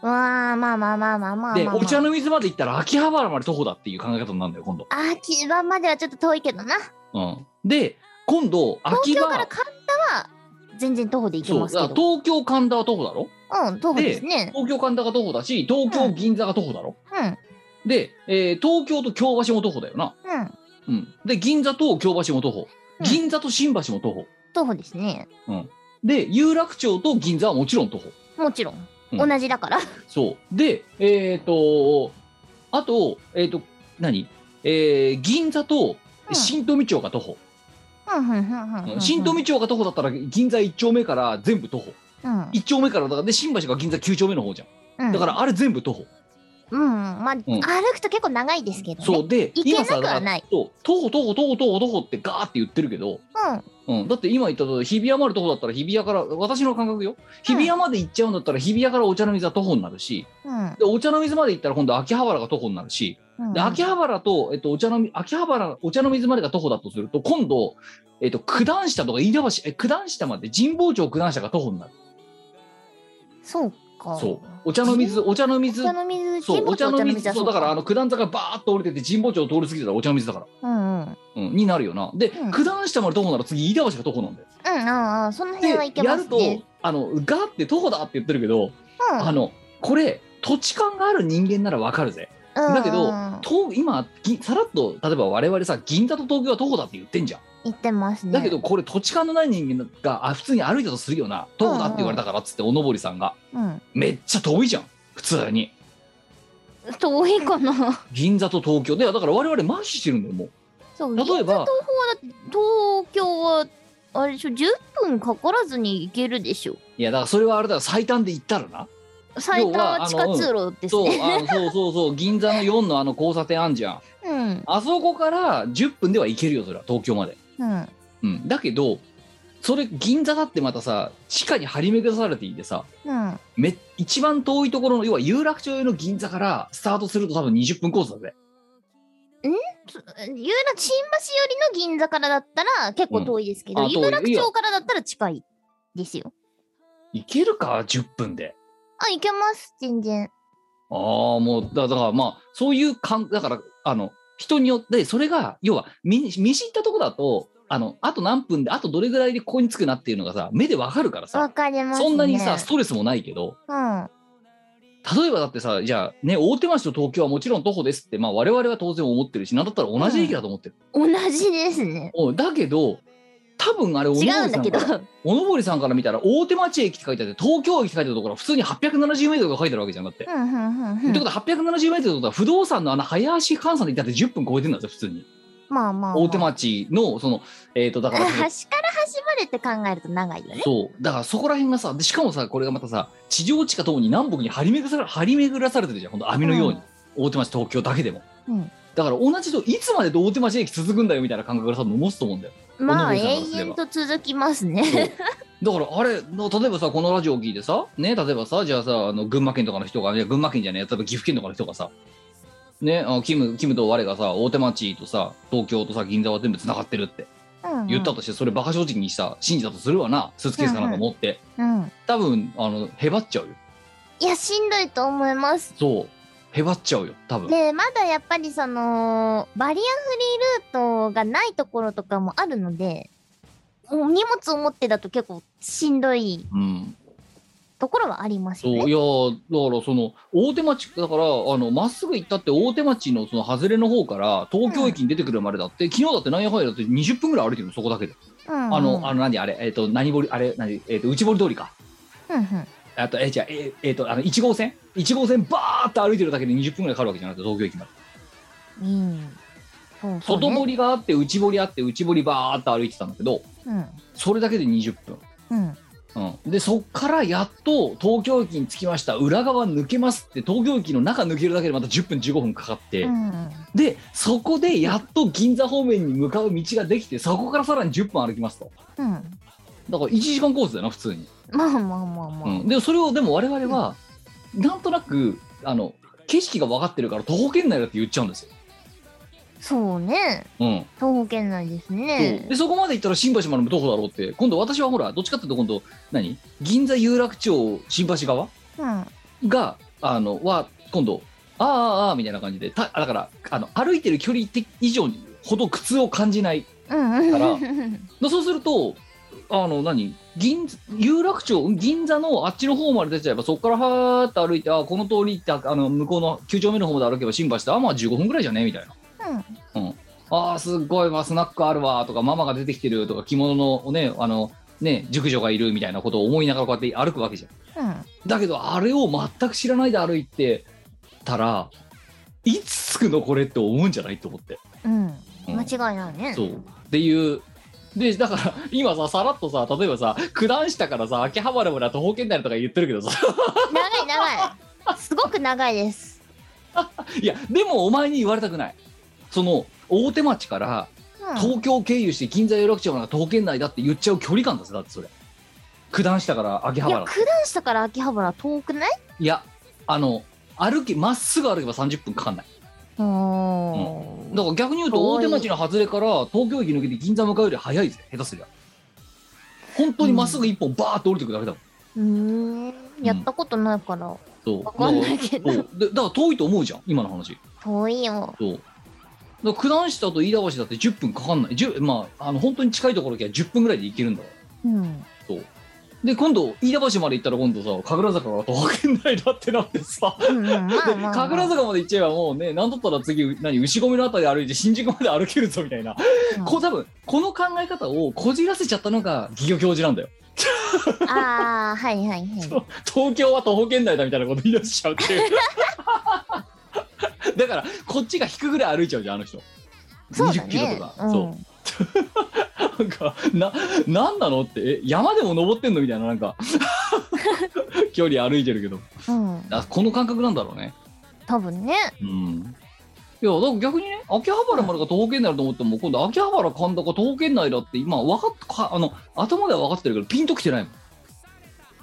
[SPEAKER 1] わあまあまあまあまあまあまあ、まあ、
[SPEAKER 3] でお茶の水まで行ったら秋葉原まで徒歩だっていう考え方になるんだよ今度、
[SPEAKER 1] あー、基盤まではちょっと遠いけどな。
[SPEAKER 3] うん、で今度秋
[SPEAKER 1] 東京
[SPEAKER 3] 葉
[SPEAKER 1] から神田は全然徒歩で行け
[SPEAKER 3] そう
[SPEAKER 1] ま
[SPEAKER 3] だ
[SPEAKER 1] す
[SPEAKER 3] から
[SPEAKER 1] けど。
[SPEAKER 3] 東京神田は徒歩だろ
[SPEAKER 1] うん、徒歩ですね。
[SPEAKER 3] 東京神田が徒歩だし東京銀座が徒歩だろ、
[SPEAKER 1] うん、うん。
[SPEAKER 3] で、えー東京と京橋も徒歩だよな、うん、で銀座と京橋も徒歩
[SPEAKER 1] うん
[SPEAKER 3] 銀座と新橋も徒歩、
[SPEAKER 1] 徒歩ですね。
[SPEAKER 3] で有楽町と銀座はもちろん徒歩
[SPEAKER 1] もちろん。
[SPEAKER 3] うん
[SPEAKER 1] 同じだから。
[SPEAKER 3] そうでえっ、とあとえっ、と何えー銀座と
[SPEAKER 1] うん
[SPEAKER 3] 新富町が徒歩、
[SPEAKER 1] うん、うん、うん、うん。うん
[SPEAKER 3] 新富町が徒歩だったら銀座1丁目から全部徒歩
[SPEAKER 1] うん。
[SPEAKER 3] 1丁目からだからで新橋が銀座9丁目の方じゃん
[SPEAKER 1] うん
[SPEAKER 3] だからあれ全部徒歩、
[SPEAKER 1] うん、まあ、歩くと結構長いですけどね。
[SPEAKER 3] そうで
[SPEAKER 1] 行けなくはない
[SPEAKER 3] 今さだからそう徒歩徒歩徒歩徒歩徒歩ってガーって言ってるけ
[SPEAKER 1] う
[SPEAKER 3] ど、
[SPEAKER 1] ん。
[SPEAKER 3] うん、だって今言ったと日比谷まで徒歩だったら日比谷から私の感覚よ日比谷まで行っちゃうんだったら日比谷からお茶の水は徒歩になるし
[SPEAKER 1] うん
[SPEAKER 3] でお茶の水まで行ったら今度秋葉原が徒歩になるし
[SPEAKER 1] うん。
[SPEAKER 3] で秋葉原と、えっと、お茶の水秋葉原お茶の水までが徒歩だとすると今度、えっと、九段下とか飯田橋え九段下まで神保町九段下が徒歩になる
[SPEAKER 1] そうか。
[SPEAKER 3] そうお茶の水お茶の水
[SPEAKER 1] お茶の水、
[SPEAKER 3] そうお茶の水そうだからあ
[SPEAKER 1] の。
[SPEAKER 3] の九段坂バーッと降りてって神保町を通り過ぎてたらお茶の水だから。
[SPEAKER 1] うん、うん。
[SPEAKER 3] うん、になるよな。で、
[SPEAKER 1] うん
[SPEAKER 3] 九段下まで徒歩なら次、飯田橋が徒歩なんだよ。
[SPEAKER 1] うん、ああ、その辺は行
[SPEAKER 3] で、
[SPEAKER 1] け
[SPEAKER 3] や
[SPEAKER 1] ま
[SPEAKER 3] る
[SPEAKER 1] す
[SPEAKER 3] と
[SPEAKER 1] ね。、
[SPEAKER 3] あの、ガーって徒歩だって言ってるけど、
[SPEAKER 1] うん
[SPEAKER 3] あの、これ、土地勘がある人間ならわかるぜ。
[SPEAKER 1] うん
[SPEAKER 3] だけど
[SPEAKER 1] うん、
[SPEAKER 3] 東今、ぎさらっと、例えば我々さ、銀座と東京は徒歩だって言ってんじゃん。
[SPEAKER 1] 行ってますね。
[SPEAKER 3] だけど、これ、土地勘のない人間が、あ普通に歩いたとするよな、徒歩だって言われたからっつって、おのぼりさんが、
[SPEAKER 1] うん、
[SPEAKER 3] めっちゃ遠いじゃん、普通に。
[SPEAKER 1] 遠いか な。
[SPEAKER 3] 銀座と東京で、だから我々麻痺してるんだよ、もう。
[SPEAKER 1] そう
[SPEAKER 3] 例
[SPEAKER 1] 銀座
[SPEAKER 3] えば
[SPEAKER 1] 東宝だって東京はあれでしょ10分かからずに行けるでしょ
[SPEAKER 3] いや、だからそれはあれだよ、最短で言ったらな。
[SPEAKER 1] 最短は地下通路 です
[SPEAKER 3] そう
[SPEAKER 1] ね
[SPEAKER 3] あのそうそうそう銀座の4のあの交差点あんじゃん
[SPEAKER 1] うん
[SPEAKER 3] あそこから10分では行けるよそれは東京まで、
[SPEAKER 1] うん
[SPEAKER 3] うん、だけどそれ銀座だってまたさ地下に張り巡らされていてさ
[SPEAKER 1] うん
[SPEAKER 3] め一番遠いところの要は有楽町の銀座からスタートすると多分20分コースだぜ
[SPEAKER 1] つ有楽新橋寄りの銀座からだったら結構遠いですけど、
[SPEAKER 3] うんあ遠い
[SPEAKER 1] 有楽
[SPEAKER 3] いいよ
[SPEAKER 1] 町からだったら近いですよ
[SPEAKER 3] 行けるか10分で
[SPEAKER 1] あ行けます全然
[SPEAKER 3] ああもうだだからまあそういう感だからあの人によってそれが要は見見知ったとこだとあのあと何分であとどれぐらいでここに着くなっていうのがさ目でわかるからさ
[SPEAKER 1] わかりますね
[SPEAKER 3] そんなにさストレスもないけど
[SPEAKER 1] うん
[SPEAKER 3] 例えばだってさじゃあね大手町と東京はもちろん徒歩ですって、まあ、我々は当然思ってるしなんだったら同じ駅だと思ってる、
[SPEAKER 1] 同じですね
[SPEAKER 3] おうだけど多分あれおのぼ
[SPEAKER 1] 違
[SPEAKER 3] り
[SPEAKER 1] う
[SPEAKER 3] さ
[SPEAKER 1] んだ
[SPEAKER 3] ん
[SPEAKER 1] け
[SPEAKER 3] か
[SPEAKER 1] ど
[SPEAKER 3] らおのぼりさんから見たら大手町駅って書いてあって東京駅って書いてあるところは普通に 870m が書いてあるわけじゃんだって。
[SPEAKER 1] うんうんうんう
[SPEAKER 3] っ
[SPEAKER 1] ん
[SPEAKER 3] てことは 870m ってことは不動産のあの早足換算で言ったって10分超えてんだぜ普通に
[SPEAKER 1] まあまあ、まあ、
[SPEAKER 3] 大手町のそのえっ、とだか
[SPEAKER 1] 端からら端までって考えると長いよね
[SPEAKER 3] そうだからそこら辺がさでしかもさこれがまたさ地上地下ともに南北に張り巡らされ張り巡らされてるじゃんほんと網のように、大手町東京だけでも、
[SPEAKER 1] うん
[SPEAKER 3] だから同じといつまで大 手町駅続くんだよみたいな感覚が多分持つと思うんだよ
[SPEAKER 1] まあ
[SPEAKER 3] お
[SPEAKER 1] 永
[SPEAKER 3] のぼりさんからすれば
[SPEAKER 1] 遠と続きますね
[SPEAKER 3] そうだからあれの例えばさこのラジオを聞いてさね例えばさじゃあさあの群馬県とかの人がね群馬県じゃねえ例えば岐阜県とかの人がさねあのキムキムと我がさ大手町とさ東京とさ銀座は全部つながってるって
[SPEAKER 1] うんうん
[SPEAKER 3] 言ったとしてそれバカ正直にさ信じたとするわなスーツケースかなんか持って
[SPEAKER 1] うん。
[SPEAKER 3] 多分あのへばっちゃうよ
[SPEAKER 1] いや、しんどいと思います。
[SPEAKER 3] そうへばっちゃうよ多分
[SPEAKER 1] で、まだやっぱりその、バリアフリールートがないところとかもあるので、もう荷物を持ってだと結構しんどい
[SPEAKER 3] うん
[SPEAKER 1] ところはあります
[SPEAKER 3] そう
[SPEAKER 1] よ
[SPEAKER 3] い
[SPEAKER 1] ね。
[SPEAKER 3] やーだからその大手町だからあのまっすぐ行ったって大手町のその外れの方から東京駅に出てくるまでだって、昨日だって何やかんやだって20分ぐらい歩いてるのそこだけで、
[SPEAKER 1] うんうん
[SPEAKER 3] あのあの何あれえっ、と何堀あれ何えっ、と内堀通りか
[SPEAKER 1] うんうん
[SPEAKER 3] あとえじゃあええーとあの1号線1号線バーッと歩いてるだけで20分ぐらいかかるわけじゃなくて東京駅まで
[SPEAKER 1] うん。そうそう
[SPEAKER 3] 外
[SPEAKER 1] ね
[SPEAKER 3] 堀があって内堀あって内堀バーッと歩いてたんだけど
[SPEAKER 1] うん。
[SPEAKER 3] それだけで20分
[SPEAKER 1] うん。
[SPEAKER 3] うん、でそっからやっと東京駅に着きました裏側抜けますって東京駅の中抜けるだけでまた10分15分かかって、
[SPEAKER 1] うん
[SPEAKER 3] でそこでやっと銀座方面に向かう道ができてそこからさらに10分歩きますと
[SPEAKER 1] うん。
[SPEAKER 3] だから1時間コースだよな普通に、
[SPEAKER 1] まあまあまあま
[SPEAKER 3] う
[SPEAKER 1] あ。
[SPEAKER 3] ん、でそれをでも我々はなんとなくあの景色が分かってるから徒歩圏内だって言っちゃうんですよ、
[SPEAKER 1] そうね。
[SPEAKER 3] うん
[SPEAKER 1] 東北圏内です
[SPEAKER 3] そう
[SPEAKER 1] ね
[SPEAKER 3] で。そこまで行ったら新橋までも徒歩だろうって今度私はほらどっちかっていうと今度何銀座有楽町新橋側
[SPEAKER 1] うん。
[SPEAKER 3] が、あの、は、今度、あーあーあーみたいな感じで、ただから、あの、歩いてる距離的以上にほど苦痛を感じない。
[SPEAKER 1] うんうん。
[SPEAKER 3] だからでそうすると、あの、何銀、有楽町、銀座のあっちの方まで出ちゃえば、そこからはーっと歩いて、あーこの通り行って、ああの、向こうの9丁目の方まで歩けば新橋って、あ、まあ15分ぐらいじゃねみたいな。あーすっごい、まあ、スナックあるわとか、ママが出てきてるとか、着物のね、あの、ね、熟女がいるみたいなことを思いながらこうやって歩くわけじゃん。
[SPEAKER 1] うん。うん
[SPEAKER 3] だけどあれを全く知らないで歩いてたらいつ着くのこれって思うんじゃないと思って、
[SPEAKER 1] うん。
[SPEAKER 3] うん
[SPEAKER 1] 間違いないね。
[SPEAKER 3] そうっていうでだから今ささらっとさ例えばさ九段下からさ秋葉原までは徒歩圏内とか言ってるけどさ
[SPEAKER 1] 長い長い。すごく長いです。
[SPEAKER 3] いやでもお前に言われたくないその大手町から
[SPEAKER 1] うん。
[SPEAKER 3] 東京経由して銀座有楽町なんか徒歩圏内だって言っちゃう距離感だぜだってそれ九段下から秋葉
[SPEAKER 1] いや、
[SPEAKER 3] 原
[SPEAKER 1] 九段下から秋葉原遠くない
[SPEAKER 3] いやあの歩きまっすぐ歩けば30分かかんない
[SPEAKER 1] お
[SPEAKER 3] だから逆に言うと大手町の外れから東京駅抜けて銀座向かうより早いぜ下手すりゃ本当にまっすぐ一本バーッと降りてくるだけだもん
[SPEAKER 1] うーん。やったことないから、
[SPEAKER 3] そう
[SPEAKER 1] わかんないけ
[SPEAKER 3] だから
[SPEAKER 1] ど。
[SPEAKER 3] そうでだから遠いと思うじゃん今の話
[SPEAKER 1] 遠いよ。
[SPEAKER 3] そうだから九段下と飯田橋だって10分かかんない10まああの本当に近いところ行きゃ10分ぐらいで行けるんだから
[SPEAKER 1] うん。
[SPEAKER 3] そうで今度飯田橋まで行ったら今度さ神楽坂から徒歩圏内だってなってさ
[SPEAKER 1] うんうん、まあまあ、まあ。
[SPEAKER 3] 神楽坂まで行っちゃえばもうね何だったら次何牛込のあたり歩いて新宿まで歩けるぞみたいな
[SPEAKER 1] うん
[SPEAKER 3] こう多分この考え方をこじらせちゃったのが企業教授な んだよ
[SPEAKER 1] ああ、はいはいはい。
[SPEAKER 3] 東京は徒歩圏内だみたいなこと言い出しちゃうっていう だからこっちが引くぐらい歩いちゃうじゃんあの人
[SPEAKER 1] そうだ
[SPEAKER 3] 20キロ
[SPEAKER 1] ね
[SPEAKER 3] とか、。
[SPEAKER 1] うん
[SPEAKER 3] そうなんかななんなのってえ山でも登ってんのみたいななんか 距離歩いてるけど
[SPEAKER 1] うん。
[SPEAKER 3] あこの感覚なんだろうね
[SPEAKER 1] 多分ね。
[SPEAKER 3] うんいやだから逆にね秋葉原までが徒歩圏内だと思っても今度秋葉原神田が徒歩圏内だって今分かっかあの頭では分かってるけどピンときてないもん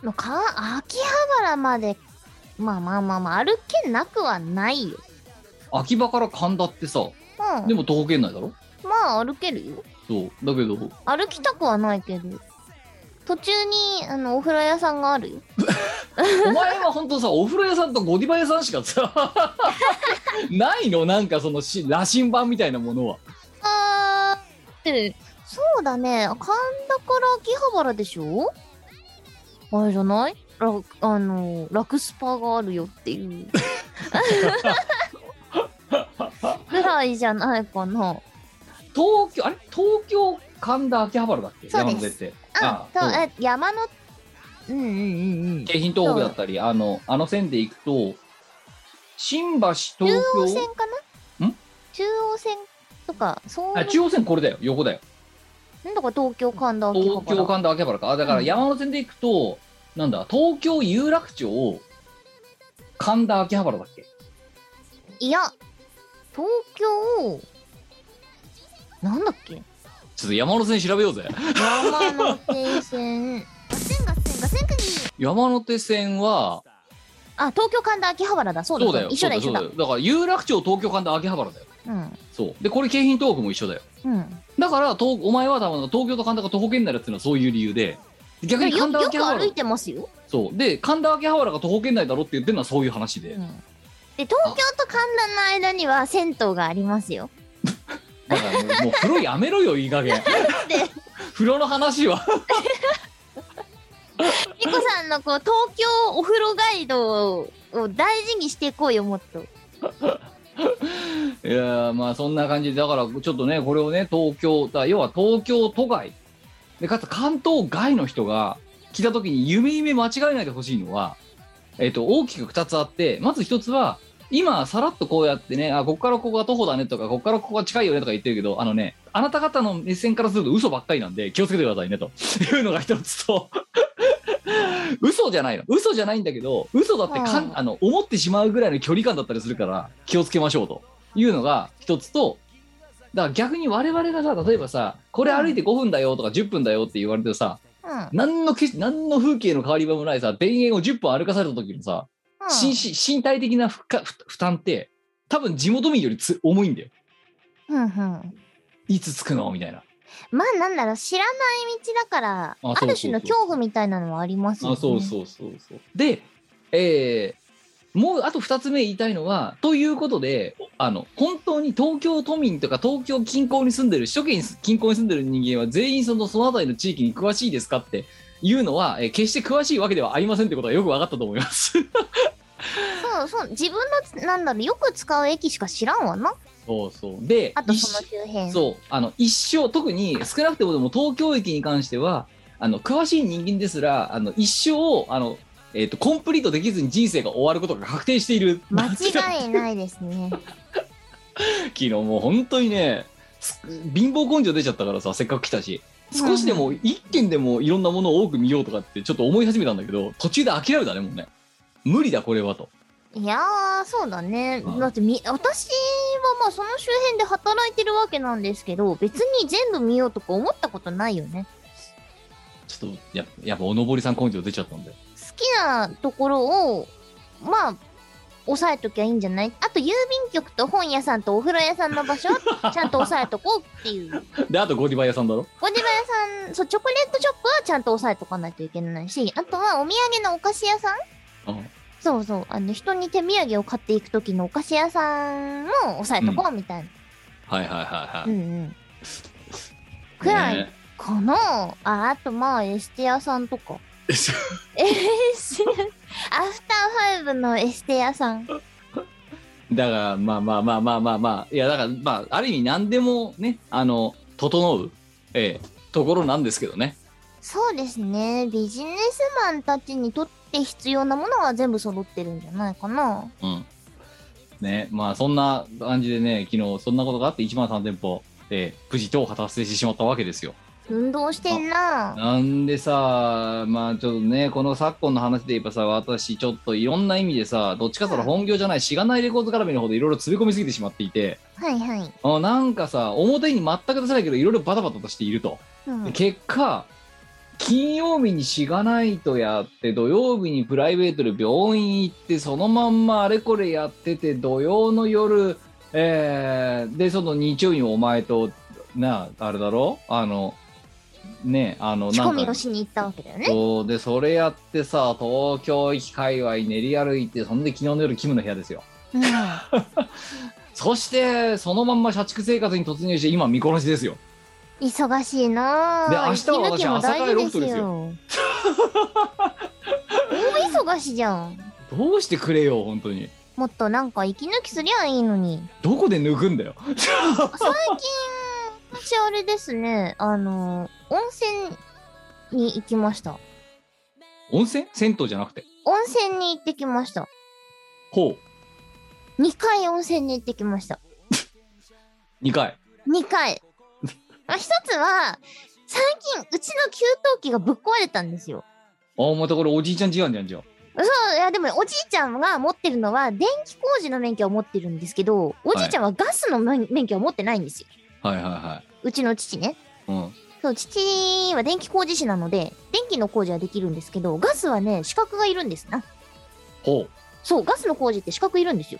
[SPEAKER 1] まあか秋葉原まで、まあまあまあまあ、歩けなくはないよ。
[SPEAKER 3] 秋葉から神田ってさ
[SPEAKER 1] うん。
[SPEAKER 3] でも徒歩圏内だろ
[SPEAKER 1] まあ歩けるよ。
[SPEAKER 3] そうだけど
[SPEAKER 1] 歩きたくはないけど。途中に、あの、お風呂屋さんがあるよ。
[SPEAKER 3] お前は本当さお風呂屋さんとゴディバ屋さんしかさ ないのなんかそのし羅針盤みたいなものは
[SPEAKER 1] あーって、そうだね。神田から秋葉原でしょあれじゃないらあの、ラクスパがあるよって いう。ぐらいじゃないかな。
[SPEAKER 3] 東京あれ東京神田秋葉原だっけ
[SPEAKER 1] そうです
[SPEAKER 3] 山手って
[SPEAKER 1] あ、そう、
[SPEAKER 3] そう
[SPEAKER 1] え、山の、うんうんうんうん。
[SPEAKER 3] 京浜東北だったりあのあの線で行くと新橋東
[SPEAKER 1] 中央
[SPEAKER 3] 京
[SPEAKER 1] 線かなん中央線とか、そう
[SPEAKER 3] あ中央線これだよ横だよ
[SPEAKER 1] なんだか東京神田秋葉
[SPEAKER 3] 東
[SPEAKER 1] 原。
[SPEAKER 3] 京神田秋葉原かあだから
[SPEAKER 1] うん
[SPEAKER 3] 山手線で行くと、なんだ東京有楽町神田秋葉原だっけ
[SPEAKER 1] いや、東京、なんだっけ
[SPEAKER 3] ちょっと山手線調べようぜ
[SPEAKER 1] 山手線線区切り
[SPEAKER 3] 山手線は、
[SPEAKER 1] あ東京神田秋葉原だそうだ
[SPEAKER 3] そうだよ。
[SPEAKER 1] 一緒だ
[SPEAKER 3] そ
[SPEAKER 1] 一
[SPEAKER 3] う
[SPEAKER 1] 緒
[SPEAKER 3] だ
[SPEAKER 1] だ
[SPEAKER 3] よだから、有楽町、東京間で秋葉原だよ。
[SPEAKER 1] うん
[SPEAKER 3] そう。で、これ、京浜東北も一緒だよ。
[SPEAKER 1] うん
[SPEAKER 3] だから、東お前は多分、東京と神田が徒歩圏内だっていうのはそういう理由で、逆に
[SPEAKER 1] よ
[SPEAKER 3] 神田
[SPEAKER 1] よ
[SPEAKER 3] 秋
[SPEAKER 1] く
[SPEAKER 3] 葉
[SPEAKER 1] 歩
[SPEAKER 3] 原
[SPEAKER 1] い、てますよ、
[SPEAKER 3] そう。で、神田秋葉原が徒歩圏内だろって言ってるのはそういう話
[SPEAKER 1] う
[SPEAKER 3] で
[SPEAKER 1] ん。、で東京と神田の間には銭湯がありますよ
[SPEAKER 3] だからもう、もう風呂やめろよ、いい加減。
[SPEAKER 1] で
[SPEAKER 3] 風呂の話は。
[SPEAKER 1] リコさんのこう東京お風呂ガイドを大事にしていこうよもっと
[SPEAKER 3] いやーまあそんな感じでだからちょっとねこれをね東京だから要は東京都外でかつ関東外の人が来た時に夢夢間違えないでほしいのは、えっと大きく2つあってまず1つは今さらっとこうやってねあこっからここが徒歩だねとかこっからここが近いよねとか言ってるけどあのねあなた方の目線からすると嘘ばっかりなんで気をつけてくださいねというのが一つと 嘘じゃないの嘘じゃないんだけど嘘だってかん、
[SPEAKER 1] うん
[SPEAKER 3] あの思ってしまうぐらいの距離感だったりするから気をつけましょうというのが一つとだから逆に我々がさ例えばさこれ歩いて5分だよとか10分だよって言われてさ
[SPEAKER 1] うん、うん
[SPEAKER 3] 何の景色何の風景の変わり場もないさ田園を10分歩かされた時のさ、心身身体的な負荷負負担って多分地元民よりつ重いんだよ
[SPEAKER 1] うんうん
[SPEAKER 3] いつ着くのみたいな
[SPEAKER 1] まあなんだろう知らない道だから
[SPEAKER 3] そう
[SPEAKER 1] あ
[SPEAKER 3] そう
[SPEAKER 1] る種の恐怖みたいなのはありますよね
[SPEAKER 3] うそうそうでえーもうあと2つ目言いたいのはということであの本当に東京都民とか東京近郊に住んでる首都圏近郊に住んでる人間は全員そのその辺りの地域に詳しいですかっていうのは、えー決して詳しいわけではありませんってことはよく分かったと思います。
[SPEAKER 1] そうそう自分のなんだろうよく使う駅しか知らんわな
[SPEAKER 3] そうそうで
[SPEAKER 1] あとその周辺
[SPEAKER 3] そうあの一生特に少なくともでも東京駅に関してはあの詳しい人間ですらあの一生あの、えー、とコンプリートできずに人生が終わることが確定している
[SPEAKER 1] 間
[SPEAKER 3] だ
[SPEAKER 1] 違いないですね
[SPEAKER 3] 昨日もう本当にねす貧乏根性出ちゃったからさせっかく来たし少しでも一軒でもいろんなものを多く見ようとかってちょっと思い始めたんだけど途中で諦めたねもうね無理だこれはと
[SPEAKER 1] いやーそうだね
[SPEAKER 3] うん
[SPEAKER 1] だってみ私はまあその周辺で働いてるわけなんですけど別に全部見ようとか思ったことないよね
[SPEAKER 3] ちょっとややっぱおのぼりさん根性出ちゃったんで
[SPEAKER 1] 好きなところをまあ押さえときゃいいんじゃないあと郵便局と本屋さんとお風呂屋さんの場所は ちゃんと押さえとこうっていうゴディ
[SPEAKER 3] であとゴディバ屋さんだろ
[SPEAKER 1] バ屋さんそうチョコレートショップはちゃんと押さえとかないといけないしあとはお土産のお菓子屋さん
[SPEAKER 3] うん
[SPEAKER 1] そうそうあの人に手土産を買っていく時のお菓子屋さんも押さえとこうみたいな、
[SPEAKER 3] はいはいはいはい、
[SPEAKER 1] うん、うんくらい
[SPEAKER 3] ね
[SPEAKER 1] かなあああとまあエステ屋さんとかエステアフターファイブのエステ屋さん
[SPEAKER 3] だからまあまあまあまあまあまあいやだからまあある意味何でもねあの整う、ええ、ところなんですけどね
[SPEAKER 1] そうですね。ビジネスマンたちにとって必要なものは全部揃ってるんじゃないかな。
[SPEAKER 3] うんねまあそんな感じでね昨日そんなことがあって1万3000歩、ええ、無事踏破達成してしまったわけですよ
[SPEAKER 1] 運動してんな。
[SPEAKER 3] なんでさまあちょっとねこの昨今の話で言えばさ私ちょっといろんな意味でさどっちかというと本業じゃないしがないレコード絡みの方でいろいろ詰め込みすぎてしまっていて
[SPEAKER 1] はいはい。
[SPEAKER 3] あなんかさ表に全く出さないけどいろいろバタバタとしていると
[SPEAKER 1] うん、
[SPEAKER 3] 結果金曜日にしがないとやって土曜日にプライベートで病院行ってそのまんまあれこれやってて土曜の夜、えーでその日曜日にお前となああれだろあのねあの
[SPEAKER 1] 仕込
[SPEAKER 3] ん
[SPEAKER 1] み
[SPEAKER 3] か
[SPEAKER 1] をしに行ったわけだよね。
[SPEAKER 3] そうでそれやってさ東京駅界隈練り歩いてそんで昨日の夜キムの部屋ですよ
[SPEAKER 1] うん、
[SPEAKER 3] そしてそのまんま社畜生活に突入して今見殺しですよ
[SPEAKER 1] 忙しいな。
[SPEAKER 3] で明日は私
[SPEAKER 1] 息抜きも大事
[SPEAKER 3] 朝会ロフトです
[SPEAKER 1] よ。大忙しじゃん。
[SPEAKER 3] どうしてくれよ本当に
[SPEAKER 1] もっとなんか息抜きすりゃいいのに。
[SPEAKER 3] どこで抜くんだよ
[SPEAKER 1] 最近、私あれですね、あの、温泉に行きました。
[SPEAKER 3] 温泉銭湯じゃなくて
[SPEAKER 1] 温泉に行ってきました。
[SPEAKER 3] ほ
[SPEAKER 1] 2回温泉に行ってきました。
[SPEAKER 3] う2回
[SPEAKER 1] 2回。 まあ一つは、最近、うちの給湯器がぶっ壊れたんですよ。
[SPEAKER 3] あお前とこれおじいちゃん違うんじゃんじゃあ
[SPEAKER 1] そう、いや、でも、おじいちゃんが持ってるのは、電気工事の免許を持ってるんですけど、おじいちゃんはガスの免免許を持ってないんですよ。
[SPEAKER 3] はいは
[SPEAKER 1] うちの父ね。
[SPEAKER 3] いはいうん
[SPEAKER 1] そう、父は電気工事士なので、電気の工事はできるんですけど、ガスはね、資格がいるんですな。
[SPEAKER 3] ほ
[SPEAKER 1] そう、ガスの工事って資格いるんですよ。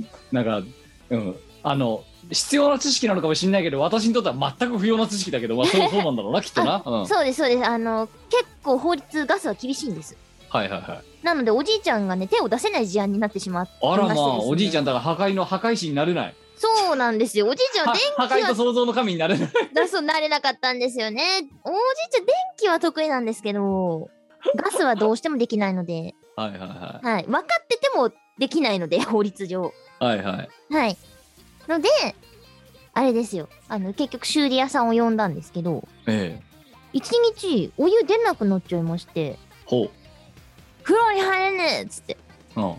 [SPEAKER 3] うなんかうんあの必要な知識なのかもしれないけど私にとっては全く不要な知識だけど、まあ、そうそうなんだろうなきっ とな、うん、はい
[SPEAKER 1] そうです、そうです。あの、結構法律、ガスは厳しいんです。
[SPEAKER 3] はいはい
[SPEAKER 1] なので、おじいちゃんがね、手を出せない事案になってしまって
[SPEAKER 3] あらまあ、おじいちゃん
[SPEAKER 1] ん。
[SPEAKER 3] だから破壊の破壊師になれない
[SPEAKER 1] そうなんです よ。おじいちゃんは
[SPEAKER 3] は
[SPEAKER 1] 電
[SPEAKER 3] 破
[SPEAKER 1] 気
[SPEAKER 3] 壊
[SPEAKER 1] は
[SPEAKER 3] と想像の神になれない
[SPEAKER 1] 出そうなれなかったんですよね。おじいちゃん、電気は得意なんですけど、ガスはどうしてもできないので、
[SPEAKER 3] はいはいは
[SPEAKER 1] はい。分かっててもできないので、法律上。
[SPEAKER 3] いはいはい
[SPEAKER 1] はい。ので、あれですよ。あの、結局修理屋さんを呼んだんですけど、
[SPEAKER 3] ええ
[SPEAKER 1] 一日お湯出なくなっちゃいまして、
[SPEAKER 3] ほ
[SPEAKER 1] 風呂に入れねえっつって、
[SPEAKER 3] ううん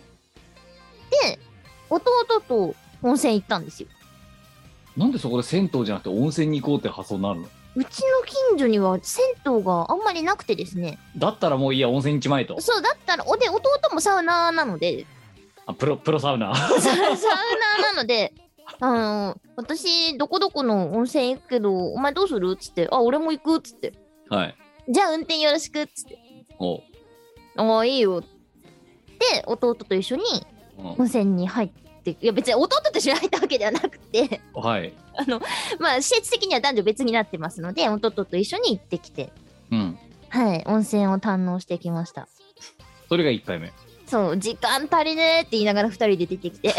[SPEAKER 1] 弟と温泉行ったんですよ。
[SPEAKER 3] なんでそこで銭湯じゃなくて温泉に行こうって発想になるの
[SPEAKER 1] うちの近所には銭湯があんまりなくてですね。
[SPEAKER 3] だったらもういいや温泉に行っちまえと
[SPEAKER 1] そう、だったら、おで、弟もサウナーなので、
[SPEAKER 3] あプロプロサウナ
[SPEAKER 1] サウナーなので、あの、私、どこどこの温泉行くけど、お前どうするっつって、あ、俺も行くっつって、
[SPEAKER 3] はい
[SPEAKER 1] じゃあ運転よろしくっつって、
[SPEAKER 3] ほ
[SPEAKER 1] ああ、いいよ。で、弟と一緒に
[SPEAKER 3] う、うん
[SPEAKER 1] 温泉に入って、いや別に弟と一緒に入ったわけではなくて、
[SPEAKER 3] はい
[SPEAKER 1] まあ、施設的には男女別になってますので、弟と一緒に行ってきて、
[SPEAKER 3] うん
[SPEAKER 1] はい、温泉を堪能してきました。
[SPEAKER 3] それが1回目
[SPEAKER 1] そう、時間足りねえって言いながら二人で出てきて。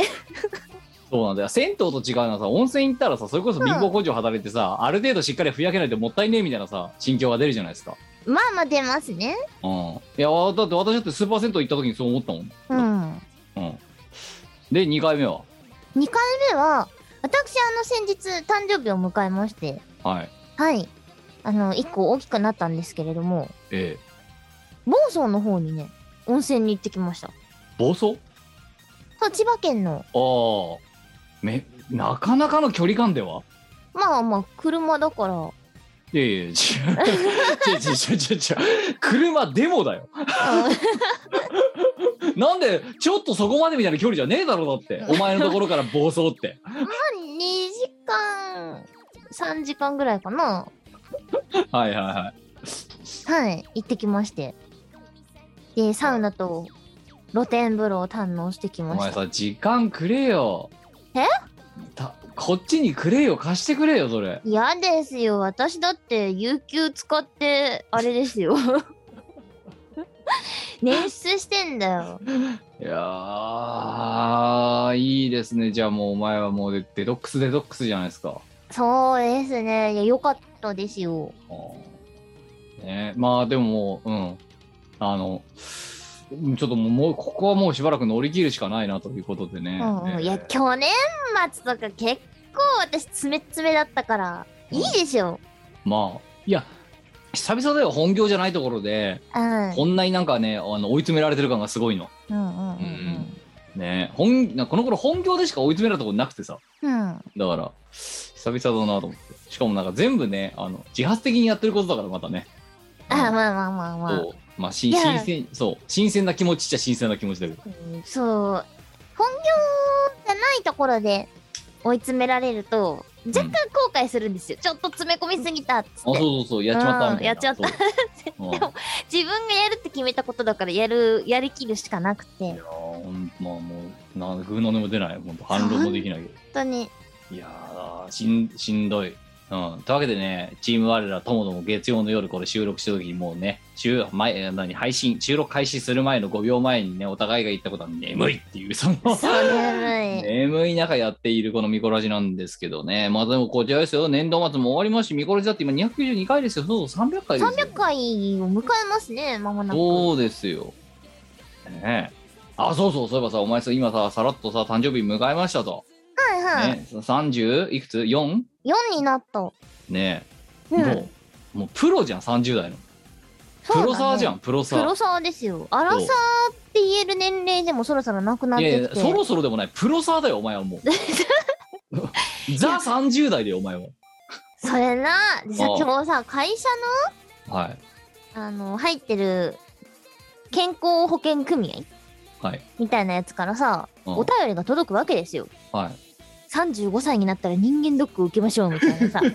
[SPEAKER 3] そうなんだよ銭湯と違うのはさ温泉行ったらさそれこそ貧乏工場働いてさ、ある程度しっかりふやけないともったいねえみたいなさ心境が出るじゃないですか
[SPEAKER 1] まあまあ出ますね。
[SPEAKER 3] うんいやわだって私だってスーパー銭湯行った時にそう思ったもん
[SPEAKER 1] うん。
[SPEAKER 3] うんで2回目は
[SPEAKER 1] 2回目は、私、あの、先日誕生日を迎えまして、
[SPEAKER 3] はい
[SPEAKER 1] はい、あの、1個大きくなったんですけれども、
[SPEAKER 3] ええ
[SPEAKER 1] 房総の方にね、温泉に行ってきました。
[SPEAKER 3] 暴走
[SPEAKER 1] そう、千葉県の、
[SPEAKER 3] ああめなかなかの距離感では
[SPEAKER 1] まあまあ、車だ から、
[SPEAKER 3] いやいや違う違う違う違う違う車でもだよなんでちょっとそこまでみたいな距離じゃねえだろうだってお前のところから暴走って
[SPEAKER 1] 2時間、3時間ぐらいかな。
[SPEAKER 3] はいはいはい
[SPEAKER 1] はい、行ってきまして。で、サウナと露天風呂を堪能してき
[SPEAKER 3] お
[SPEAKER 1] ま
[SPEAKER 3] 前
[SPEAKER 1] した。
[SPEAKER 3] さ時間くれよ
[SPEAKER 1] え
[SPEAKER 3] たこっちにくれよ貸してくれよそれ
[SPEAKER 1] 嫌ですよ。私だって、有給使って、あれです よ。捻出してんだよ。
[SPEAKER 3] いやーいいですねじゃあもうお前はもうデデトックスデトックスじゃないですか
[SPEAKER 1] そうですね。いや、良かったですよ。
[SPEAKER 3] あーねまあでももううんあのうんちょっともうもうここはもうしばらく乗り切るしかないなということでね、
[SPEAKER 1] うんうん。い
[SPEAKER 3] え
[SPEAKER 1] や、
[SPEAKER 3] ー
[SPEAKER 1] 去年末とか結構私、詰め詰めだったから、いいですよ。
[SPEAKER 3] まあいや久々だよ本業じゃないところで
[SPEAKER 1] うん。うん
[SPEAKER 3] こんなになんかねあの追い詰められてる感がすごいの
[SPEAKER 1] うんう
[SPEAKER 3] うんんね本なこの頃本業でしか追い詰められたことなくてさ
[SPEAKER 1] うん。うん。
[SPEAKER 3] だから久々だなと思ってしかもなんか全部ねあの自発的にやってることだからまたね
[SPEAKER 1] あ、まあまあまあまあ。
[SPEAKER 3] そうまあし
[SPEAKER 1] いや
[SPEAKER 3] 新鮮そう新鮮な気持ちっちゃ新鮮な気持ちだけど
[SPEAKER 1] うんそう本業じゃないところで追い詰められると若干後悔するんですよ、ちょっと詰め込みすぎたっつ
[SPEAKER 3] あそ
[SPEAKER 1] っ
[SPEAKER 3] う
[SPEAKER 1] て
[SPEAKER 3] そうそうや っちまったみたいな
[SPEAKER 1] うんやっちまった
[SPEAKER 3] そううんいや
[SPEAKER 1] 自分がやるって決めたことだからやるやりきるしかなくて本
[SPEAKER 3] ーほんまあもうなんかグーの音も出ない本当反論もできないけど
[SPEAKER 1] 当に
[SPEAKER 3] いやーしんしんどいうん、というわけでね、チーム我らともども月曜の夜これ収録した時にもうね、週前えー何配信収録開始する前の5秒前にね、お互いが言ったことは眠いっていう、その
[SPEAKER 1] そう眠い、
[SPEAKER 3] 眠い中やっているこのミコラジなんですけどね。まあでもこちらですよ。年度末も終わりますし、ミコラジだって今292回ですよ。そうそう、300回ですよ
[SPEAKER 1] 300。回を迎えますねまもなく
[SPEAKER 3] そうですよ。ねえ。あ、そうそう、そういえばさ、お前さ、今さ、さらっとさ、誕生日迎えましたと。
[SPEAKER 1] はいはい、
[SPEAKER 3] ね、30? いくつ ?4?
[SPEAKER 1] 4になった
[SPEAKER 3] ねえ、
[SPEAKER 1] うん
[SPEAKER 3] もう、もうプロじゃん、30代の。
[SPEAKER 1] そうだ
[SPEAKER 3] プ
[SPEAKER 1] ね
[SPEAKER 3] ロサーじゃん、プロサ
[SPEAKER 1] プ
[SPEAKER 3] ー
[SPEAKER 1] ロ。サーですよアラサーって言える年齢でもそろそろなくなっ
[SPEAKER 3] いや
[SPEAKER 1] て
[SPEAKER 3] い
[SPEAKER 1] き
[SPEAKER 3] や、
[SPEAKER 1] て
[SPEAKER 3] そろそろでもない、プロサーだよ、お前はも う。ザ30代だよ、お前は。
[SPEAKER 1] それなでさ
[SPEAKER 3] うん
[SPEAKER 1] 今日さ会社
[SPEAKER 3] はい。
[SPEAKER 1] あの、入ってる健康保険組合
[SPEAKER 3] はい。
[SPEAKER 1] みたいなやつからさ、
[SPEAKER 3] うん
[SPEAKER 1] お便りが届くわけですよ。
[SPEAKER 3] はい。
[SPEAKER 1] 35歳になったら人間ドックを受けましょうみたいなさ。ああいういう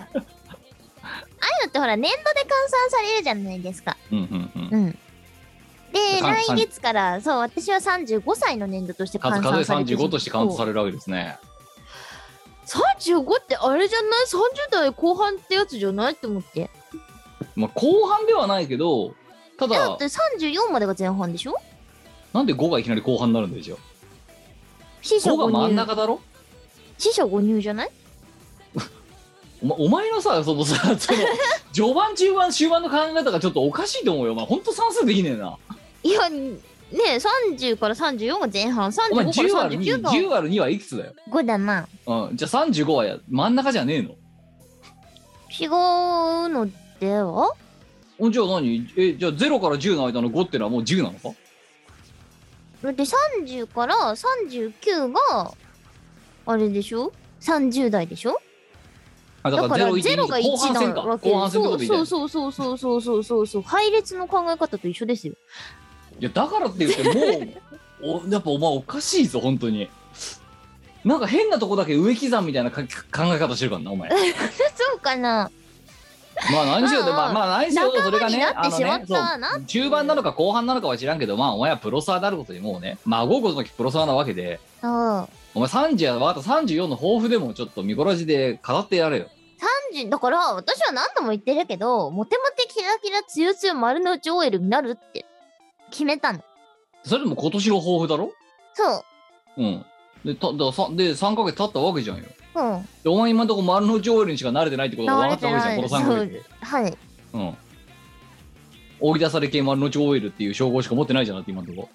[SPEAKER 1] のってほら、年度で換算されるじゃないですか。
[SPEAKER 3] うんうんうん
[SPEAKER 1] うん。で、
[SPEAKER 3] さん
[SPEAKER 1] 来月から、そう、私は35歳の年度として換
[SPEAKER 3] 数数
[SPEAKER 1] 算
[SPEAKER 3] え
[SPEAKER 1] されて
[SPEAKER 3] 35としてカウントさ
[SPEAKER 1] れ
[SPEAKER 3] れるわけですね。
[SPEAKER 1] 35ってあれじゃない ?30 代後半ってやつじゃないって思って。
[SPEAKER 3] まあ、後半ではないけど、た
[SPEAKER 1] だっ
[SPEAKER 3] だ
[SPEAKER 1] て、34までが前半でしょ
[SPEAKER 3] なんで5がいきなり後半になるんでしょ
[SPEAKER 1] 死者
[SPEAKER 3] ?5 が真
[SPEAKER 1] 誤
[SPEAKER 3] ん
[SPEAKER 1] 入。
[SPEAKER 3] 中だろ
[SPEAKER 1] 死者誤入じゃない
[SPEAKER 3] お,、ま、お前のさ、そのさ、 その序盤、中盤、終盤の考え方がちょっとおかしいと思うよ。お前、ほんと算数できねえな。
[SPEAKER 1] いや、ねえ、30から34が前半、
[SPEAKER 3] お前、
[SPEAKER 1] 35
[SPEAKER 3] 10
[SPEAKER 1] から
[SPEAKER 3] 割る
[SPEAKER 1] 39
[SPEAKER 3] 2、
[SPEAKER 1] が
[SPEAKER 3] 10割る2はいくつだよ。
[SPEAKER 1] 5だな。
[SPEAKER 3] うん、じゃあ35はや真ん中じゃねえの
[SPEAKER 1] 違うのでは
[SPEAKER 3] おじゃあ何え、じゃあ0から10の間の5ってのはもう10なのか
[SPEAKER 1] だって30から39が、あれでしょ ?30 代でしょ
[SPEAKER 3] あだ
[SPEAKER 1] だ
[SPEAKER 3] か
[SPEAKER 1] からら
[SPEAKER 3] 0、1、
[SPEAKER 1] 0が
[SPEAKER 3] 2、後半戦
[SPEAKER 1] 1
[SPEAKER 3] か。
[SPEAKER 1] なわけで
[SPEAKER 3] 後半戦ってことでいいん
[SPEAKER 1] そうそ
[SPEAKER 3] だよね
[SPEAKER 1] うそうそうそうそうそうそう配列の考え方と一緒ですよ
[SPEAKER 3] いやだからって言ってもうおやっぱお前おかしいぞ本当になんか変なとこだけ植木山みたいなか考え方してるからなお前
[SPEAKER 1] そうかな
[SPEAKER 3] まあ何しろで
[SPEAKER 1] うんうん
[SPEAKER 3] まあまあ何しろそれがね
[SPEAKER 1] 仲間になっ
[SPEAKER 3] あの
[SPEAKER 1] てしまっ
[SPEAKER 3] ね
[SPEAKER 1] たな
[SPEAKER 3] そう中盤なのか後半なのかは知らんけどまあお前はプロサーであることにもうねまあごことのプロサーなわけで
[SPEAKER 1] ああ
[SPEAKER 3] お前30やわかった34の抱負でもちょっと見殺しで語ってやれよ
[SPEAKER 1] 30だから私は何度も言ってるけどモテモテキラキラつゆつゆ丸の内 OL になるって決めたの
[SPEAKER 3] それでも今年の抱負だろ
[SPEAKER 1] そ
[SPEAKER 3] うんでたださで3ヶ月経ったわけじゃんよ
[SPEAKER 1] ううん
[SPEAKER 3] でお前今んとこ丸の内オイルにしか慣れてないってことが分かったわけじゃんこの3ヶ月で
[SPEAKER 1] はい
[SPEAKER 3] うん。追い出され系丸の内オイルっていう称号しか持ってないじゃんだって今のとこ。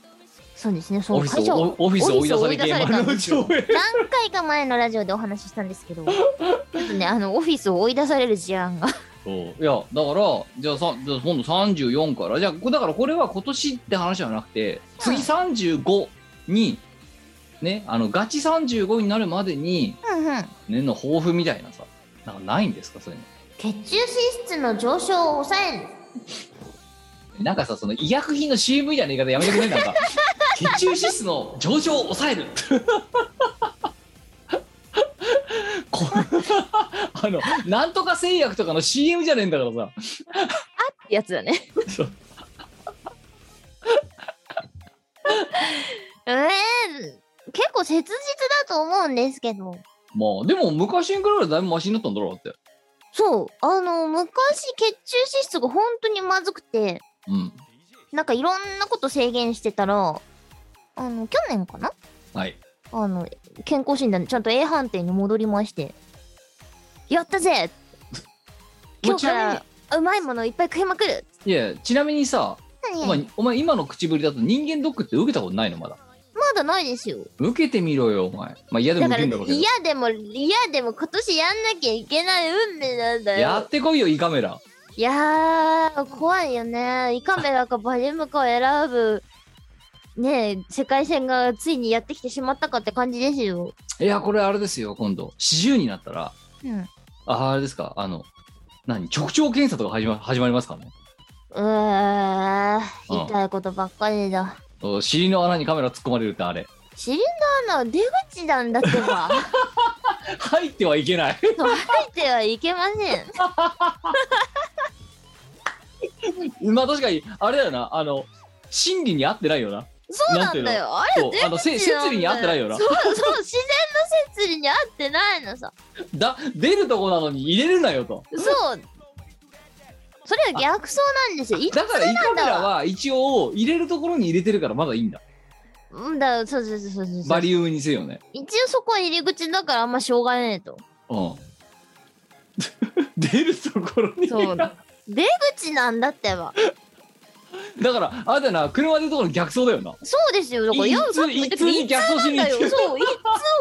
[SPEAKER 1] そうですねそ
[SPEAKER 3] オ
[SPEAKER 1] う
[SPEAKER 3] フィス
[SPEAKER 1] 会社
[SPEAKER 3] をオフィス追い出さ
[SPEAKER 1] オフ
[SPEAKER 3] れ
[SPEAKER 1] ィ
[SPEAKER 3] 系
[SPEAKER 1] ス追い出された
[SPEAKER 3] 丸
[SPEAKER 1] ん
[SPEAKER 3] の
[SPEAKER 1] です
[SPEAKER 3] 内オ
[SPEAKER 1] よ
[SPEAKER 3] イル。
[SPEAKER 1] 何回か前のラジオでお話ししたんですけどちょっとねあのオフィスを追い出される事 案が
[SPEAKER 3] そういやだからじゃあさじゃあ今度34からじゃあこだからこれは今年って話じゃなくて次35にねあのガチ35になるまでに
[SPEAKER 1] うんうん
[SPEAKER 3] 年の抱負みたいなさなんかないんですかそういう
[SPEAKER 1] 血中脂質の上昇を抑える
[SPEAKER 3] の。なんかさその医薬品の CM みたいな言い方やめてくれ なんか血中脂質の上昇を抑える こあのなんとか製薬とかの CM じゃねえんだからさ
[SPEAKER 1] やつだね
[SPEAKER 3] そう。
[SPEAKER 1] えー、結構切実だと思うんですけど。
[SPEAKER 3] まあでも昔に比べたらだいぶマシになったんだろうなって
[SPEAKER 1] そう、あの、昔血中脂質が本当にまずくて、
[SPEAKER 3] うん
[SPEAKER 1] なんかいろんなこと制限してたら、あの、去年かな
[SPEAKER 3] はい
[SPEAKER 1] あの、健康診断でちゃんと A 判定に戻りまして、やったぜ今日か
[SPEAKER 3] もうちな
[SPEAKER 1] らうまいものいっぱい食いまくる
[SPEAKER 3] みにいやちなみにさお
[SPEAKER 1] 何
[SPEAKER 3] 前お前今の口ぶりだと人間ドックって受けたことないのまだ
[SPEAKER 1] まだないですよ。
[SPEAKER 3] 受けてみろよお前まあ嫌でも
[SPEAKER 1] だ
[SPEAKER 3] 受
[SPEAKER 1] から
[SPEAKER 3] けん
[SPEAKER 1] 嫌
[SPEAKER 3] だろうけど
[SPEAKER 1] でも嫌でも今年やんなきゃいけない運命なんだ
[SPEAKER 3] や
[SPEAKER 1] よ
[SPEAKER 3] ってこいよ胃カメラ
[SPEAKER 1] いやー怖いよね胃カメラかバリウムかを選ぶねえ世界線がついにやってきてしまったかって感じですよ、
[SPEAKER 3] いやこれあれですよ今度40になったら
[SPEAKER 1] うん、う
[SPEAKER 3] ああれですかあの何直腸検査とか始ま始まりますからね
[SPEAKER 1] ー
[SPEAKER 3] うん
[SPEAKER 1] 痛いことばっかりだ
[SPEAKER 3] お尻の穴にカメラ突っ込まれるってあれ
[SPEAKER 1] シリンダーの出口なんだって ば
[SPEAKER 3] 入ってはいけない
[SPEAKER 1] 入ってはいけません
[SPEAKER 3] まあ確かにあれだよなあの心理に合ってないよな
[SPEAKER 1] そうなんだよあれ
[SPEAKER 3] そうあのせ設備に合ってないよな
[SPEAKER 1] そうそう自然の摂理に合ってないのさ
[SPEAKER 3] だ出るとこなのに入れるなよと
[SPEAKER 1] そう。それは逆走なんですよ。い
[SPEAKER 3] だから胃カメ
[SPEAKER 1] だ
[SPEAKER 3] ラ
[SPEAKER 1] わ
[SPEAKER 3] は一応入れるところに入れてるからまだいいんだ
[SPEAKER 1] うんだ、そうそうそうそうそう
[SPEAKER 3] バリウムにせよね
[SPEAKER 1] 一応そこは入り口だからあんましょうがねえと。
[SPEAKER 3] うん 出るところに
[SPEAKER 1] そうだ。出口なんだってば。
[SPEAKER 3] だからあれだよな車でいうところの逆走だよな
[SPEAKER 1] そうですよ。だから、
[SPEAKER 3] い
[SPEAKER 1] よ
[SPEAKER 3] 一通
[SPEAKER 1] 言ったけ
[SPEAKER 3] 一
[SPEAKER 1] ど
[SPEAKER 3] 通に逆走し
[SPEAKER 1] 一通
[SPEAKER 3] に
[SPEAKER 1] なん
[SPEAKER 3] 行
[SPEAKER 1] だよ。
[SPEAKER 3] く
[SPEAKER 1] そう、一通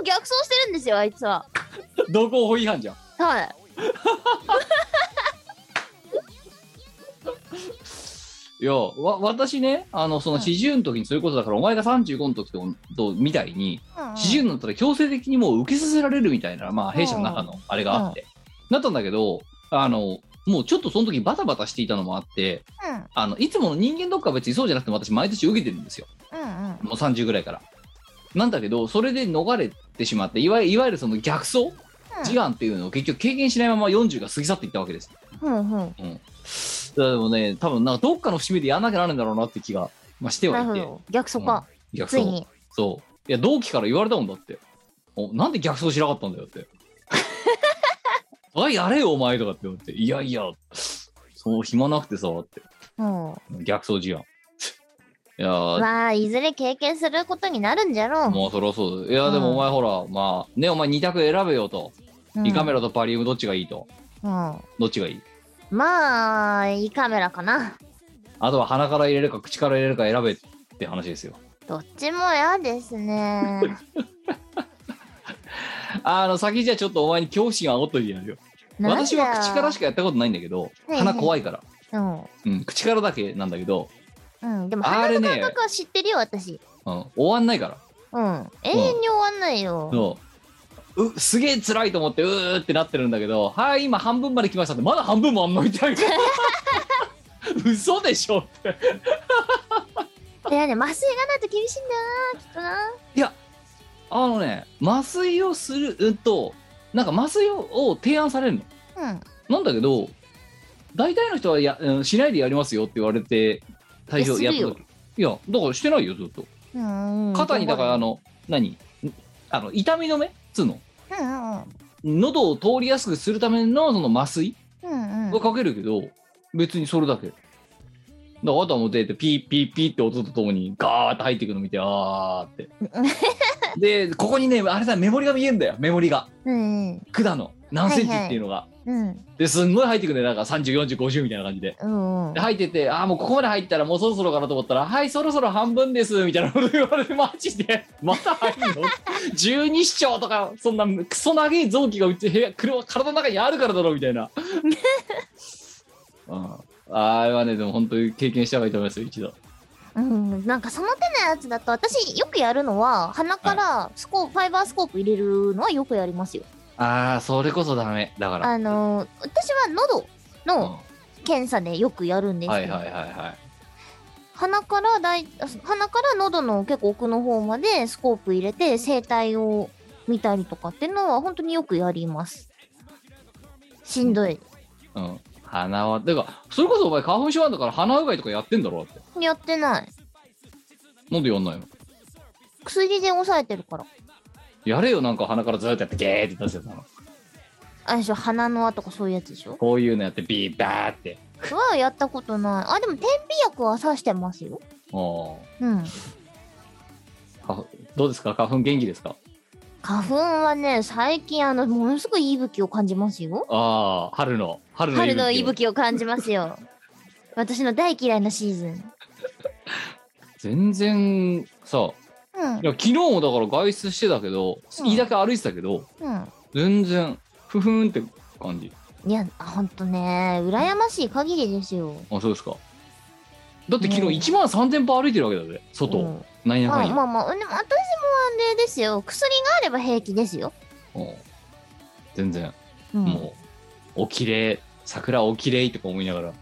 [SPEAKER 1] を逆走してるんですよ、あいつは。
[SPEAKER 3] 道交法違反じゃん
[SPEAKER 1] はい。
[SPEAKER 3] いやわ私ねあのその
[SPEAKER 1] うん
[SPEAKER 3] 四十の時にそういうことだから、お前が35の時ととみたいに
[SPEAKER 1] うんうん
[SPEAKER 3] 四十、になったら強制的にもう受けさせられるみたいなまあ弊社の中のあれがあって、なったんだけどあのもうちょっとその時バタバタしていたのもあってあのいつもの人間ドックは別にそうじゃなくても私毎年受けてるんですよ
[SPEAKER 1] うんうんうん
[SPEAKER 3] もう30ぐらいから。なんだけどそれで逃れてしまっていわゆるいわゆるその逆走
[SPEAKER 1] うん
[SPEAKER 3] 事案っていうのを結局経験しないまま40が過ぎ去っていったわけです。
[SPEAKER 1] ふんふん。
[SPEAKER 3] だからでもね、多分なんかどっかの節目でやらなきゃならんだろうなって気が、まあ、しては
[SPEAKER 1] ないるほど。
[SPEAKER 3] て。
[SPEAKER 1] 逆走か。
[SPEAKER 3] いや
[SPEAKER 1] ついに。
[SPEAKER 3] そう。そういや、同期から言われたもんだって。おなんで逆走しなかったんだ よって。あ、やれよ、お前とかって言って。いやいや、そう、暇なくてさ、って。
[SPEAKER 1] うん。わ
[SPEAKER 3] 逆走事案。いやー、
[SPEAKER 1] あ、いずれ経験することになるんじゃろう。
[SPEAKER 3] もうそろそうだいや、で
[SPEAKER 1] う
[SPEAKER 3] も
[SPEAKER 1] ん
[SPEAKER 3] お前ほら、まあ、ね、お前2択選べよと。
[SPEAKER 1] うん
[SPEAKER 3] 胃カメラとパリウムどっちがいいと。
[SPEAKER 1] うん。
[SPEAKER 3] どっちがいい
[SPEAKER 1] まあ、いいカメラかな。
[SPEAKER 3] あとは鼻から入れるか口から入れるか選べって話ですよ。
[SPEAKER 1] どっちも嫌ですね。
[SPEAKER 3] あの、先じゃあちょっとお前に恐怖心あおっといてやるよ。
[SPEAKER 1] なんだ
[SPEAKER 3] 私は口からしかやったことないんだけど、
[SPEAKER 1] いはい
[SPEAKER 3] 鼻怖いから。
[SPEAKER 1] うん。
[SPEAKER 3] うん、口からだけなんだけど、
[SPEAKER 1] うん。でも、
[SPEAKER 3] あ
[SPEAKER 1] 鼻
[SPEAKER 3] れ
[SPEAKER 1] の
[SPEAKER 3] ね
[SPEAKER 1] 感覚は知ってるよ、私。
[SPEAKER 3] うん、終わんないから。
[SPEAKER 1] うん。永遠に終わんないよ。
[SPEAKER 3] そううすげえ辛いと思ってうーってなってるんだけど「はい今半分まで来ました」ってまだ半分もあんのみたいな 嘘でしょって
[SPEAKER 1] いやね、麻酔がないと厳しいんだよな、きっとな。
[SPEAKER 3] あのね麻酔をするうんとなんか麻酔を提案されるの
[SPEAKER 1] うん。
[SPEAKER 3] なんだけど大体の人はや、うんしないでやりますよって言われて対象
[SPEAKER 1] いや
[SPEAKER 3] やっ
[SPEAKER 1] する
[SPEAKER 3] た
[SPEAKER 1] よ
[SPEAKER 3] 時いやだからしてないよずっと
[SPEAKER 1] うんうん
[SPEAKER 3] 肩にだからあ、の何あの痛み止めっつうの
[SPEAKER 1] うんうん
[SPEAKER 3] 喉を通りやすくするためのその麻酔
[SPEAKER 1] うんうん
[SPEAKER 3] はかけるけど、別にそれだけ。だからあとはもう出てピーピーピーって音とともにガーって入ってくの見てあーって。でここにねあれだメモリが見えるんだよメモリが
[SPEAKER 1] うんうん
[SPEAKER 3] 管の何センチっていうの
[SPEAKER 1] う
[SPEAKER 3] が。
[SPEAKER 1] ん
[SPEAKER 3] ですんごい入ってくるねなんか304050みたいな感じで。
[SPEAKER 1] うんうん
[SPEAKER 3] で入っててああもうここまで入ったらもうそろそろかなと思ったら「はいそろそろ半分です」みたいなこと言われてマジでまた入んの ?12 指腸とかそんなクソ長い臓器がうち部屋車体の中にあるからだろみたい な、うん、あれはねでも本当に経験した方がいいと思いますよ一度
[SPEAKER 1] うん、なんかその手のやつだと私よくやるのは鼻からスコープファイバースコープ入れるのはよくやりますよ。
[SPEAKER 3] ああそれこそダメだから
[SPEAKER 1] あのー私は喉
[SPEAKER 3] うん
[SPEAKER 1] の検査でよくやるんです
[SPEAKER 3] は
[SPEAKER 1] け
[SPEAKER 3] い
[SPEAKER 1] ど、
[SPEAKER 3] はいはいは
[SPEAKER 1] 鼻からだい鼻から喉の結構奥の方までスコープ入れて声帯を見たりとかっていうのは本当によくやります。しんどい。
[SPEAKER 3] い、うん、鼻はてかそれこそお前花粉症なんだから鼻うがいとかやってんだろだって
[SPEAKER 1] やってない。
[SPEAKER 3] なんでやんないの
[SPEAKER 1] 薬で抑えてるから。
[SPEAKER 3] やれよなんか鼻からずーっとやってゲーって出せたの
[SPEAKER 1] あれでしょ鼻の輪とかそういうやつでしょ
[SPEAKER 3] こういうのやってビーバーって
[SPEAKER 1] はやったことない。あ、でも点鼻薬は刺してますよ。
[SPEAKER 3] お
[SPEAKER 1] うん。
[SPEAKER 3] ーどうですか花粉元気ですか
[SPEAKER 1] 花粉はね、最近あの、ものすごい息吹を感じますよ。
[SPEAKER 3] ああ春の春の
[SPEAKER 1] 春の息
[SPEAKER 3] を
[SPEAKER 1] 吹を感じますよ。私の大嫌いなシーズン。
[SPEAKER 3] 全然さ
[SPEAKER 1] うん
[SPEAKER 3] い。や昨日もだから外出してたけど
[SPEAKER 1] うん
[SPEAKER 3] いいだけ歩いてたけど、
[SPEAKER 1] う
[SPEAKER 3] 全然ふふんって感じ
[SPEAKER 1] ん。いや、ほんとね、羨ましい限りですよ。
[SPEAKER 3] あそうですかだって昨
[SPEAKER 1] うん
[SPEAKER 3] 日1万3000歩歩いてるわけだぜ外、
[SPEAKER 1] うん
[SPEAKER 3] 何や
[SPEAKER 1] ま
[SPEAKER 3] か
[SPEAKER 1] あ
[SPEAKER 3] んや、
[SPEAKER 1] まあまあ、でも私もあれですよ。薬があれば平気ですよ。
[SPEAKER 3] うん全然、
[SPEAKER 1] うん。
[SPEAKER 3] もうおきれい桜おきれいとか思いな がら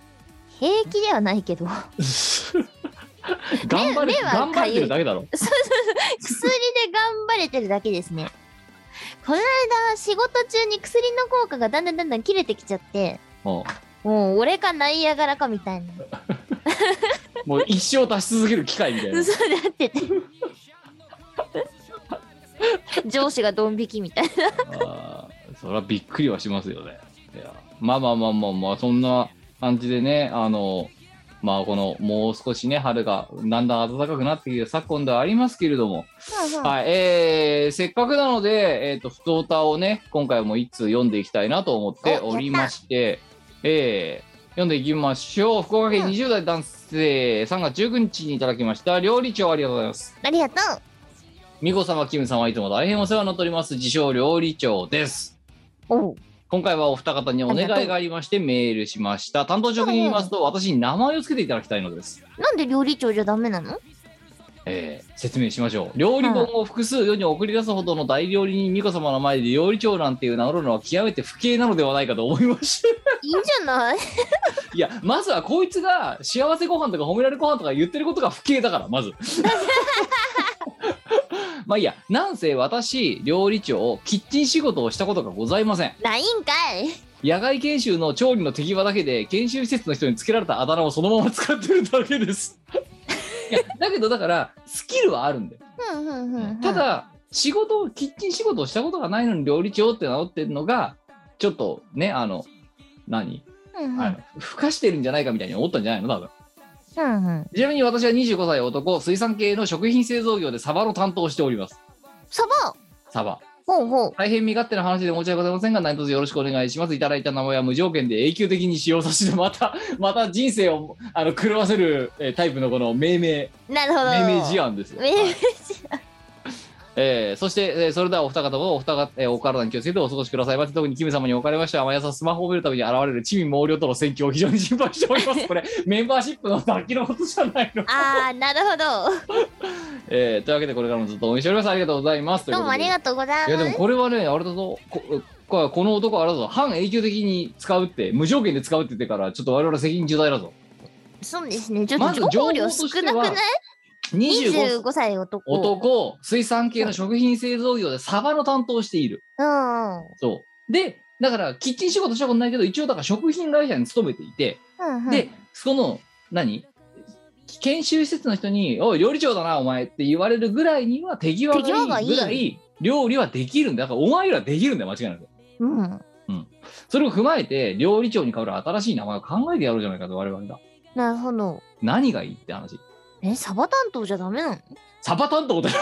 [SPEAKER 1] 平気ではないけど。
[SPEAKER 3] 頑張れ
[SPEAKER 1] 目は
[SPEAKER 3] 頑張れてるだけだろ
[SPEAKER 1] 薬で頑張れてるだけですね。この間、仕事中に薬の効果がだんだんだんだん切れてきちゃって、
[SPEAKER 3] うん
[SPEAKER 1] もう俺かナイアガラかみたいな。
[SPEAKER 3] もう一生出し続ける機会みたいな
[SPEAKER 1] 嘘だってて。上司がドン引きみたいな。
[SPEAKER 3] あーそれはびっくりはしますよね。いやまあまあまあまあまあそんな感じでねあのまあこのもう少しね春がだんだん暖かくなってきて昨今ではありますけれども、はいえー、せっかくなので、えー、と不当歌をね今回も一通読んでいきたいなと思っておりまして、えー読んでいきましょう福岡
[SPEAKER 1] う
[SPEAKER 3] 県
[SPEAKER 1] ん
[SPEAKER 3] 20代男性、3月19日にいただきました料理長ありがとうございます。
[SPEAKER 1] ありがとう。
[SPEAKER 3] 美子様キム様いつも大変お世話になっております自称料理長です。
[SPEAKER 1] おう
[SPEAKER 3] 今回はお二方にお願いがありましてメールしました担当職に言いますと私に名前を付けていただきたいのです、
[SPEAKER 1] なんで料理長じゃダメなの
[SPEAKER 3] えー説明しましょう料理本を複数世に送り出すほどの大料理人美子様の前で料理長なんていう名乗るのは極めて不敬なのではないかと思いました
[SPEAKER 1] いいんじゃない
[SPEAKER 3] いやまずはこいつが幸せご飯とか褒められご飯とか言ってることが不敬だからまず まあいいやなんせ私料理長キッチン仕事をしたことがございません
[SPEAKER 1] ないんかい。
[SPEAKER 3] 野外研修の調理の手際だけで研修施設の人につけられたあだ名をそのまま使ってるだけです いやだけどだからスキルはあるんだよ
[SPEAKER 1] ふんふんふんふん
[SPEAKER 3] た、だ仕事をキッチン仕事をしたことがないのに料理長って名乗ってるのがちょっとねあの何
[SPEAKER 1] ふんふん
[SPEAKER 3] あのふかしてるんじゃないかみたいに思ったんじゃないの多分
[SPEAKER 1] ふんふん
[SPEAKER 3] ちなみに私は25歳男水産系の食品製造業でサバの担当をしております
[SPEAKER 1] サバ
[SPEAKER 3] サバ
[SPEAKER 1] ほうほう。
[SPEAKER 3] 大変身勝手な話で申し訳ございませんが何卒よろしくお願いしますいただいた名前は無条件で永久的に使用させてまた また人生をあの狂わせるえータイプのこの命名
[SPEAKER 1] なるほど。
[SPEAKER 3] 命名事案ですよ、
[SPEAKER 1] 命名
[SPEAKER 3] はいえーそして、えーそれではお二方もお二方、えーお体に気をつけてお過ごしくださいませ特にキム様におかれましては毎朝スマホを見るたびに現れる地味猛量との戦況を非常に心配しておりま すこれメンバーシップの先のことじゃないの、
[SPEAKER 1] ああ、なるほど。
[SPEAKER 3] えーというわけでこれからもずっと応援しておりますありがとうございます
[SPEAKER 1] どうもあり
[SPEAKER 3] と
[SPEAKER 1] がとうござい
[SPEAKER 3] い
[SPEAKER 1] ま
[SPEAKER 3] や
[SPEAKER 1] す。
[SPEAKER 3] でもこれはねあれだぞこここの男はあれだぞ半永久的に使うって無条件で使うって言ってからちょっと我々責任重大だぞ
[SPEAKER 1] そうですね。ちょ
[SPEAKER 3] ま
[SPEAKER 1] っ
[SPEAKER 3] ず
[SPEAKER 1] と情報
[SPEAKER 3] 情
[SPEAKER 1] 量
[SPEAKER 3] 報と
[SPEAKER 1] 少
[SPEAKER 3] しては
[SPEAKER 1] なくない
[SPEAKER 3] 25
[SPEAKER 1] ?25 歳男。
[SPEAKER 3] 男水産系の食品製造業でサバの担当をしている
[SPEAKER 1] うんうん。
[SPEAKER 3] そう。で、だから、キッチン仕事したことないけど、一応、だから食品会社に勤めていて、
[SPEAKER 1] うんうん
[SPEAKER 3] で、その、何研修施設の人に、おい、料理長だな、お前って言われるぐらいには手際
[SPEAKER 1] 手際
[SPEAKER 3] が
[SPEAKER 1] が
[SPEAKER 3] い
[SPEAKER 1] い
[SPEAKER 3] い
[SPEAKER 1] い
[SPEAKER 3] ぐらい、料理はできるんだ。だから、お前らできるんだよ、間違いなく。
[SPEAKER 1] うん。
[SPEAKER 3] それを踏まえて、料理長に代わる新しい名前を考えてやろうじゃないかと、我々が。
[SPEAKER 1] なるほど。
[SPEAKER 3] 何がいいって話。
[SPEAKER 1] え、サバ担当じゃダメなの
[SPEAKER 3] サバ担当だ よ。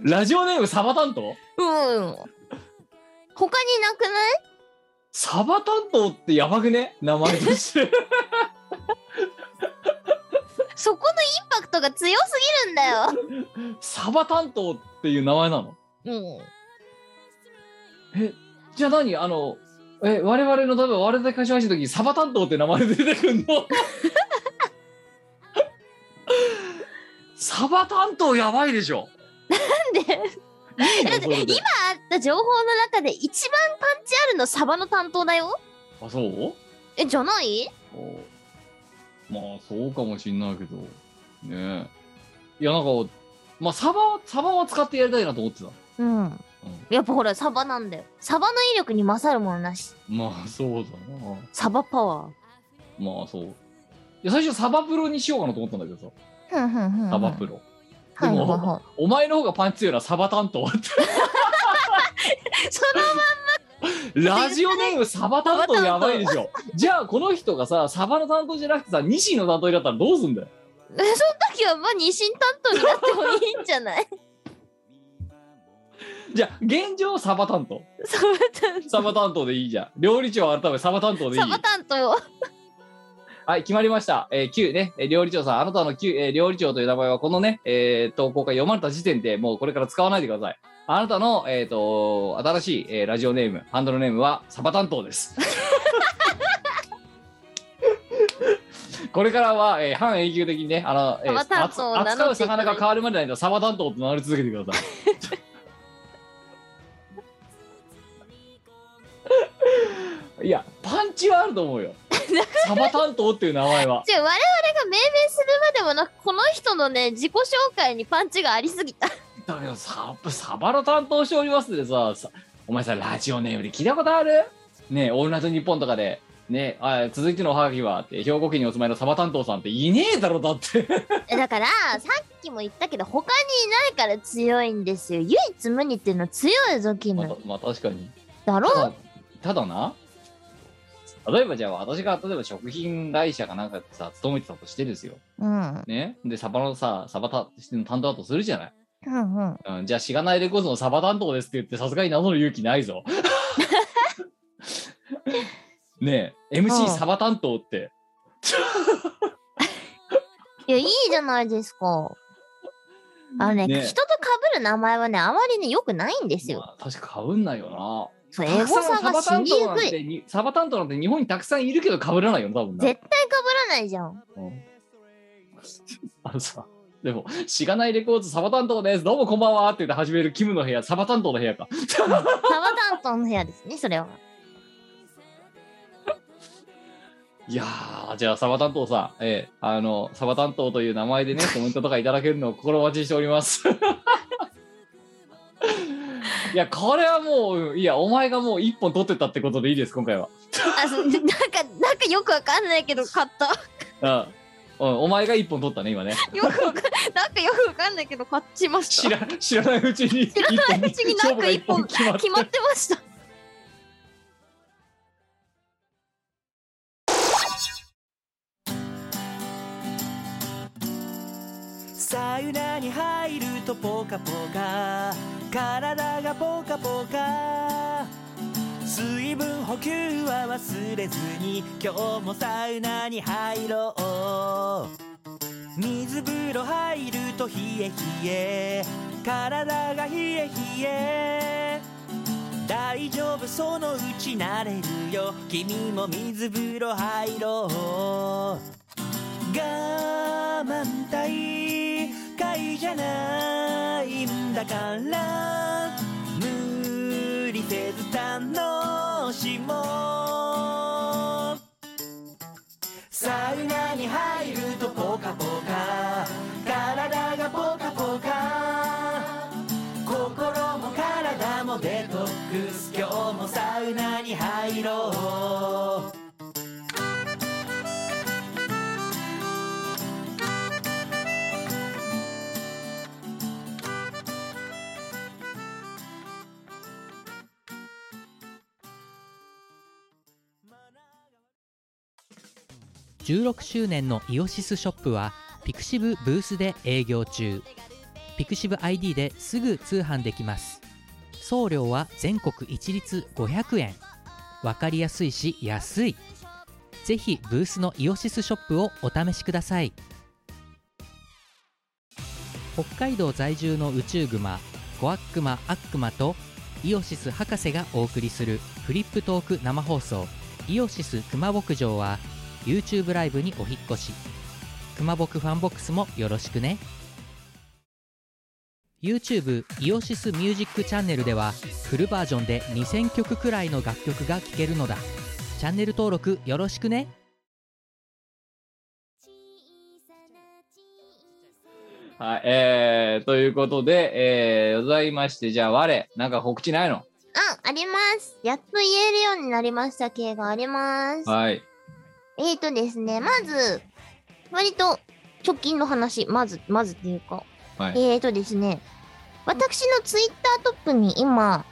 [SPEAKER 3] ラジオネームサバ担当
[SPEAKER 1] うん。他になくない
[SPEAKER 3] サバ担当ってやばくね名前 として。
[SPEAKER 1] そこのインパクトが強すぎるんだよ。
[SPEAKER 3] サバ担当っていう名前なの
[SPEAKER 1] うん。
[SPEAKER 3] じゃあ何あのえ我々の多分我々で会社会社の時にサバ担当って名前で出てくん のサバ担当やばいでしょ
[SPEAKER 1] なんで
[SPEAKER 3] いいの
[SPEAKER 1] だって
[SPEAKER 3] それで
[SPEAKER 1] 今あった情報の中で一番パンチあるのサバの担当だよ
[SPEAKER 3] あそう
[SPEAKER 1] えじゃない
[SPEAKER 3] おまあそうかもしんないけどねえいやなんかまあサバサバは使ってやりたいなと思ってた、
[SPEAKER 1] うん
[SPEAKER 3] うん
[SPEAKER 1] やっぱほらサバなんだよサバの威力に勝るものなし
[SPEAKER 3] まあそうだな
[SPEAKER 1] サバパワー
[SPEAKER 3] まあそういや最初サバプロにしようかなと思ったんだけどさ
[SPEAKER 1] ふんふんふん
[SPEAKER 3] サバプロ、
[SPEAKER 1] はいはい
[SPEAKER 3] でも
[SPEAKER 1] はい
[SPEAKER 3] お前の方がパンチ強いなサバ担当って
[SPEAKER 1] その
[SPEAKER 3] ラジオネームサバ担当やばいでしょじゃあこの人がさサバの担当じゃなくてさ西の担当になったらどうすんだよ
[SPEAKER 1] その時はまあ妊娠担当になってもいいんじゃない
[SPEAKER 3] じゃあ現状サバ担当
[SPEAKER 1] サバ担
[SPEAKER 3] サバ担当でいいじゃん料理長改めサバ担当
[SPEAKER 1] 当
[SPEAKER 3] でい い
[SPEAKER 1] サバ担当
[SPEAKER 3] はい決まりました、えー、Q ねえー料理長さんあなたの Q、えー料理長という名前はこのね、えー、投稿が読まれた時点でもうこれから使わないでくださいあなたの、えー、と新しい、えーラジオネームハンドルネームはサバ担当です これからは、えー半永久的にねあの、えー
[SPEAKER 1] サバ担当を名乗っていただいて
[SPEAKER 3] 扱う魚が変わるまでの間サバ担当と名乗り続けてくださいいやパンチはあると思 うよサバ担当っていう名前は
[SPEAKER 1] じゃあ我々が命名するまでもなくこの人のね自己紹介にパンチがありすぎた
[SPEAKER 3] だけどササバの担当しておりますでささお前さラジオネームで聞いたことあるねえ「オールナイトニッポン」とかで「ねえあ続いてのおはがきは」って兵庫県にお住まいのサバ担当さんっていねえだろだって
[SPEAKER 1] えだからさっきも言ったけど他にいないから強いんですよ唯一無二っていうのは強いぞキ
[SPEAKER 3] また
[SPEAKER 1] ム
[SPEAKER 3] まあ確かに
[SPEAKER 1] だろ
[SPEAKER 3] ただただな例えばじゃあ私が例えば食品会社かなんかでさ勤めてたとしてですよ
[SPEAKER 1] うん
[SPEAKER 3] ねでサバのさサバたの担当だとするじゃない、
[SPEAKER 1] うんうん
[SPEAKER 3] うん、じゃあしがないレコーズのサバ担当ですって言ってさすがに名乗る勇気な いぞねえ
[SPEAKER 1] うん
[SPEAKER 3] MC サバ担当って
[SPEAKER 1] いやいいじゃないですかあのね
[SPEAKER 3] ね
[SPEAKER 1] 人と被る名前はねあまりね良くないんですよ、
[SPEAKER 3] まあ、確かかぶんないよ
[SPEAKER 1] そう
[SPEAKER 3] な。
[SPEAKER 1] エゴ
[SPEAKER 3] た
[SPEAKER 1] さが
[SPEAKER 3] くさ
[SPEAKER 1] 死
[SPEAKER 3] ん
[SPEAKER 1] に
[SPEAKER 3] サバ担当なん
[SPEAKER 1] くい
[SPEAKER 3] てにサバ担当なんて日本にたくさんいるけどかぶらないよな多分な。
[SPEAKER 1] 絶対被らないじゃん
[SPEAKER 3] うんあのさでも「しがないレコーズサバ担当ですどうもこんばんは」って言って始めるキムの部屋サバ担当の部屋か。
[SPEAKER 1] サバ担当の部屋ですねそれはい
[SPEAKER 3] やーじゃあサバ担当さん、ええあのサバ担当という名前 でねコメントとかいただけるのを心待ちにしております。いや、これはもう、いや、お前がもう一本取ってったってことでいいです、今回は。
[SPEAKER 1] あそうなんかなんかよくわかんないけど買った
[SPEAKER 3] うん。うんお前が一本取ったね、今ね。
[SPEAKER 1] よくわかんなんかよくわかんないけど買っちまし
[SPEAKER 3] 知
[SPEAKER 1] た
[SPEAKER 3] ら知らないうちに、知
[SPEAKER 1] 知らないうちになんか一本
[SPEAKER 3] 決まった
[SPEAKER 1] 決まってました
[SPEAKER 4] サウナに入るとポカポカ体がポカポカ水分補給は忘れずに今日もサウナに入ろう水風呂入ると冷え冷え体が冷え冷え大丈夫そのうち慣れるよ君も水風呂入ろう我慢大会じゃないんだから無理せず楽しもうサウナに入るとポカポカ体がポカポカ心も体もデトックス今日もサウナに入ろう
[SPEAKER 2] 16周年のイオシスショップはピクシブブースで営業中ピクシブ ID ですぐ通販できます送料は全国一律500円わかりやすいし安いぜひブースのイオシスショップをお試しください北海道在住の宇宙グマコアックマアックマとイオシス博士がお送りするフリップトーク生放送「イオシス熊牧場」は YouTube ライブにお引っ越し熊僕ファンボックスもよろしくね YouTube イオシスミュージックチャンネルではフルバージョンで2000曲くらいの楽曲が聴けるのだチャンネル登録よろしくね
[SPEAKER 3] はい、えー、ということで、えー、ございまして、じゃあ、我、なんか告知ないの
[SPEAKER 1] あありますやっと言えるようになりました系があります
[SPEAKER 3] はい。
[SPEAKER 1] えーとですね、まず、割と直近の話、まず、まずっていうか、
[SPEAKER 3] はい。
[SPEAKER 1] えーとですね、私のツイッタートップに今、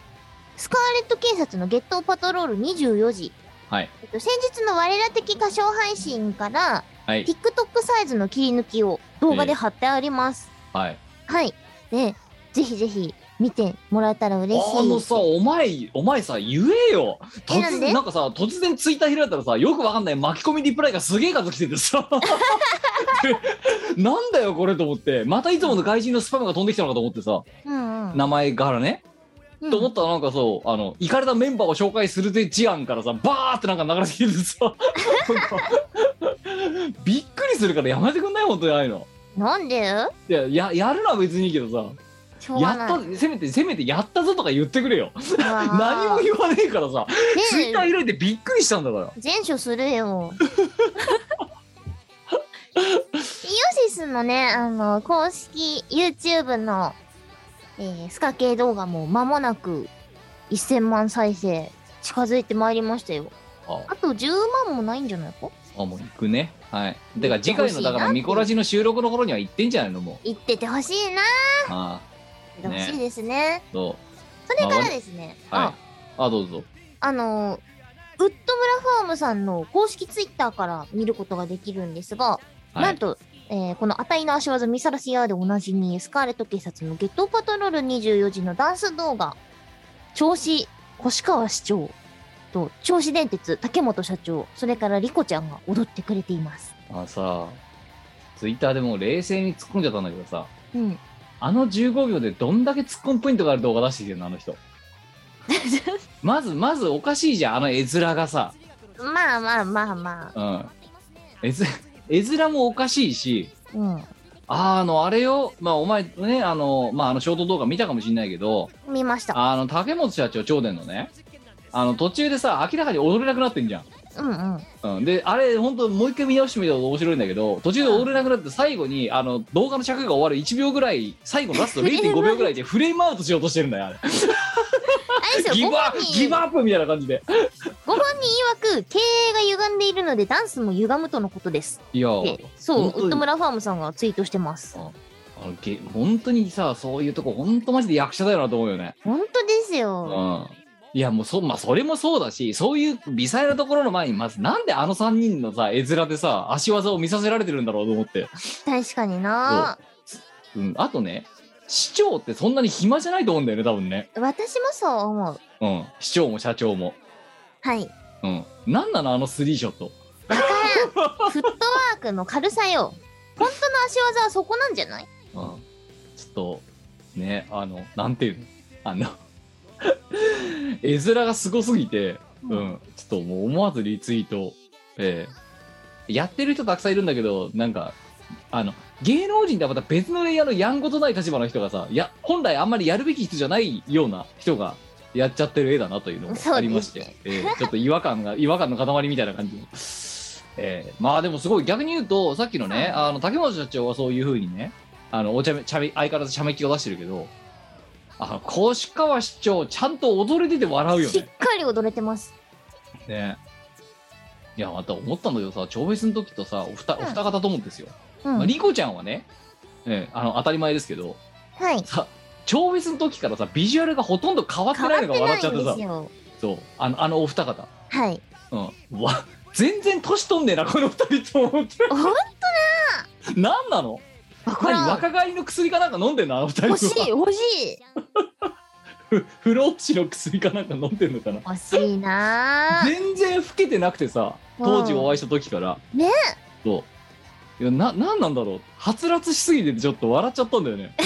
[SPEAKER 1] スカーレット警察のゲットパトロール24時、
[SPEAKER 3] はい。
[SPEAKER 1] えっと、先日の我ら的歌唱配信から、
[SPEAKER 3] はい。
[SPEAKER 1] TikTok サイズの切り抜きを動画で貼ってあります。
[SPEAKER 3] はい。
[SPEAKER 1] はい。で、ぜひぜひ見てもらえたら嬉しい。
[SPEAKER 3] あのさ、お前、お前さ、言えよ。
[SPEAKER 1] えなん
[SPEAKER 3] 突然、
[SPEAKER 1] で
[SPEAKER 3] なんかさ、突然ツイッター開いたらさ、よくわかんない巻き込みリプライがすげえ数来て てさ。でなんだよ、これと思って、またいつもの外人のスパムが飛んできたのかと思ってさ、
[SPEAKER 1] うんうん。
[SPEAKER 3] 名前からね。
[SPEAKER 1] うん
[SPEAKER 3] と思ったら、なんかそう、あの、行かれたメンバーを紹介するぜ事案からさ、バーってなんか流れてきてさ、 なんかびっくりするからやめてくんない、本当にああいうの。
[SPEAKER 1] なんで
[SPEAKER 3] いや、や、やるのは別にいいけどさ、
[SPEAKER 1] しょう
[SPEAKER 3] や
[SPEAKER 1] が
[SPEAKER 3] っ
[SPEAKER 1] ない。
[SPEAKER 3] た、せめて、せめてやったぞとか言ってくれよ。何も
[SPEAKER 1] うわ
[SPEAKER 3] 言わねえから
[SPEAKER 1] ー
[SPEAKER 3] さ、
[SPEAKER 1] ねえ
[SPEAKER 3] ツイッター開いてびっくりしたんだから。
[SPEAKER 1] 全処するよ。イオシスのね、あの、公式 YouTube の、えースカ系動画も間もなく1000万再生近づいてまいりましたよ。
[SPEAKER 3] あ
[SPEAKER 1] あと10万もないんじゃないか
[SPEAKER 3] あ、もう行くね。はい。だから次回の、だからミコラジの収録の頃には行ってんじゃないのもう。
[SPEAKER 1] 言っててほしいな
[SPEAKER 3] あ
[SPEAKER 1] 言ってほしいですね。
[SPEAKER 3] あ、そ
[SPEAKER 1] それからですね、
[SPEAKER 3] う。はい。あ、どうぞ。
[SPEAKER 1] あ、あの、ウッド村ファームさんの公式 Twitter から見ることができるんですが、
[SPEAKER 3] は
[SPEAKER 1] なん
[SPEAKER 3] い。
[SPEAKER 1] と、えーこの「あたいの足技見さらしや」でおなじみスカーレット警察の「ゲットパトロール24時」のダンス動画銚子越川市長と銚子電鉄竹本社長それからリコちゃんが踊ってくれています
[SPEAKER 3] あさ、ツイッターでもう冷静に突っ込んじゃったんだけどさ、
[SPEAKER 1] うん
[SPEAKER 3] あの15秒でどんだけ突っ込むポイントがある動画出してきてるの、あの人。まず、まずおかしいじゃん、あの絵面がさ。
[SPEAKER 1] まあまあまあまあ
[SPEAKER 3] うん。絵面絵面もおかしいし、
[SPEAKER 1] うん
[SPEAKER 3] あーあの、あれよ、まあ、お前ね、あの、まあ、あの、ショート動画見たかもしれないけど、
[SPEAKER 1] 見ました
[SPEAKER 3] あの、竹本社長、頂点のね、あの、途中でさ、明らかに踊れなくなってんじゃん。
[SPEAKER 1] うんうん
[SPEAKER 3] うん、で、あれ、本当もう一回見直してみたら面白いんだけど、途中で踊れなくなって、最後に、あの、動画の尺が終わる1秒ぐらい、最後のラスト
[SPEAKER 1] フレーム
[SPEAKER 3] 0.5秒ぐらいでフレームアウトしようとしてるんだよ、あれ。
[SPEAKER 1] れです
[SPEAKER 3] ギ
[SPEAKER 1] よ、
[SPEAKER 3] ブ
[SPEAKER 1] ご
[SPEAKER 3] ア
[SPEAKER 1] 本
[SPEAKER 3] ップギ
[SPEAKER 1] 人、
[SPEAKER 3] ブ
[SPEAKER 1] ご
[SPEAKER 3] アップみたいな感じで
[SPEAKER 1] 本人曰く、経営が歪んでいるので、ダンスも歪むとのことです。
[SPEAKER 3] いや
[SPEAKER 1] で
[SPEAKER 3] ー
[SPEAKER 1] そう、ウ
[SPEAKER 3] 本当に
[SPEAKER 1] ッド村ファームさんがツイートしてます。
[SPEAKER 3] あのげ本当にさそういうとこ本当マジで役者だよなと思うよね
[SPEAKER 1] 本当です
[SPEAKER 3] う
[SPEAKER 1] よ。
[SPEAKER 3] んいやもうそ,、まあ、それもそうだしそういう微細なところの前にまずなんであの3人のさ絵面でさ足技を見させられてるんだろうと思って、
[SPEAKER 1] 確かにな。
[SPEAKER 3] うん、あとね市長ってそんなに暇じゃないと思うんだよね多分ね、
[SPEAKER 1] 私もそう思う。
[SPEAKER 3] うん、市長も社長も、
[SPEAKER 1] はい。
[SPEAKER 3] うん、なんなのあのスリーショット
[SPEAKER 1] わか らん。フットワークの軽さよ。本当の足技はそこなんじゃない
[SPEAKER 3] うんちょっとねあのなんていうのあの 絵面がすごすぎて、うんちょっともう思わずリツイート、ええやってる人たくさんいるんだけどなんかあの芸能人とはまた別のレイヤーのやんごとない立場の人がさいや本来あんまりやるべき人じゃないような人がやっちゃってる絵だなというのもありまして、
[SPEAKER 1] そう
[SPEAKER 3] ええちょっと違和感が違和感の塊みたいな感じもええまあでもすごい逆に言うとさっきのねあの竹本社長はそういうふうにねあのお茶目茶目相変わらず茶目っ気を出してるけどあの越川市長ちゃんと踊れてて笑うよ
[SPEAKER 1] しっ
[SPEAKER 3] ね。
[SPEAKER 1] かり踊れてます。
[SPEAKER 3] ねいやまた思ったんだけどさ超別の時とさお二お二方と思うんですよ。
[SPEAKER 1] うん。
[SPEAKER 3] まあ、
[SPEAKER 1] はい。
[SPEAKER 3] リコちゃんはね、ええあの当たり前ですけどさ超別の時からさビジュアルがほとんど変わって
[SPEAKER 1] 変
[SPEAKER 3] な
[SPEAKER 1] わっ
[SPEAKER 3] い
[SPEAKER 1] て
[SPEAKER 3] のが笑っち
[SPEAKER 1] な
[SPEAKER 3] ゃっ
[SPEAKER 1] いん
[SPEAKER 3] て
[SPEAKER 1] で
[SPEAKER 3] さ
[SPEAKER 1] すよ。
[SPEAKER 3] そうあのあのお二方、
[SPEAKER 1] はい。
[SPEAKER 3] うん、うわ全然年取んねえなこの二人と思って
[SPEAKER 1] おほん
[SPEAKER 3] 何なの
[SPEAKER 1] わか
[SPEAKER 3] 何
[SPEAKER 1] らん。
[SPEAKER 3] 若返りの薬かなんか飲んでんのあの二人は
[SPEAKER 1] 欲しい、欲しい。
[SPEAKER 3] ふ不老不死の薬かなんか飲んでんのかな
[SPEAKER 1] 欲しいなぁ。
[SPEAKER 3] 全然老けてなくてさ当時お会いした時から
[SPEAKER 1] うんね
[SPEAKER 3] そういやな何なんだろうはつらつしすぎてちょっと笑っちゃったんだよね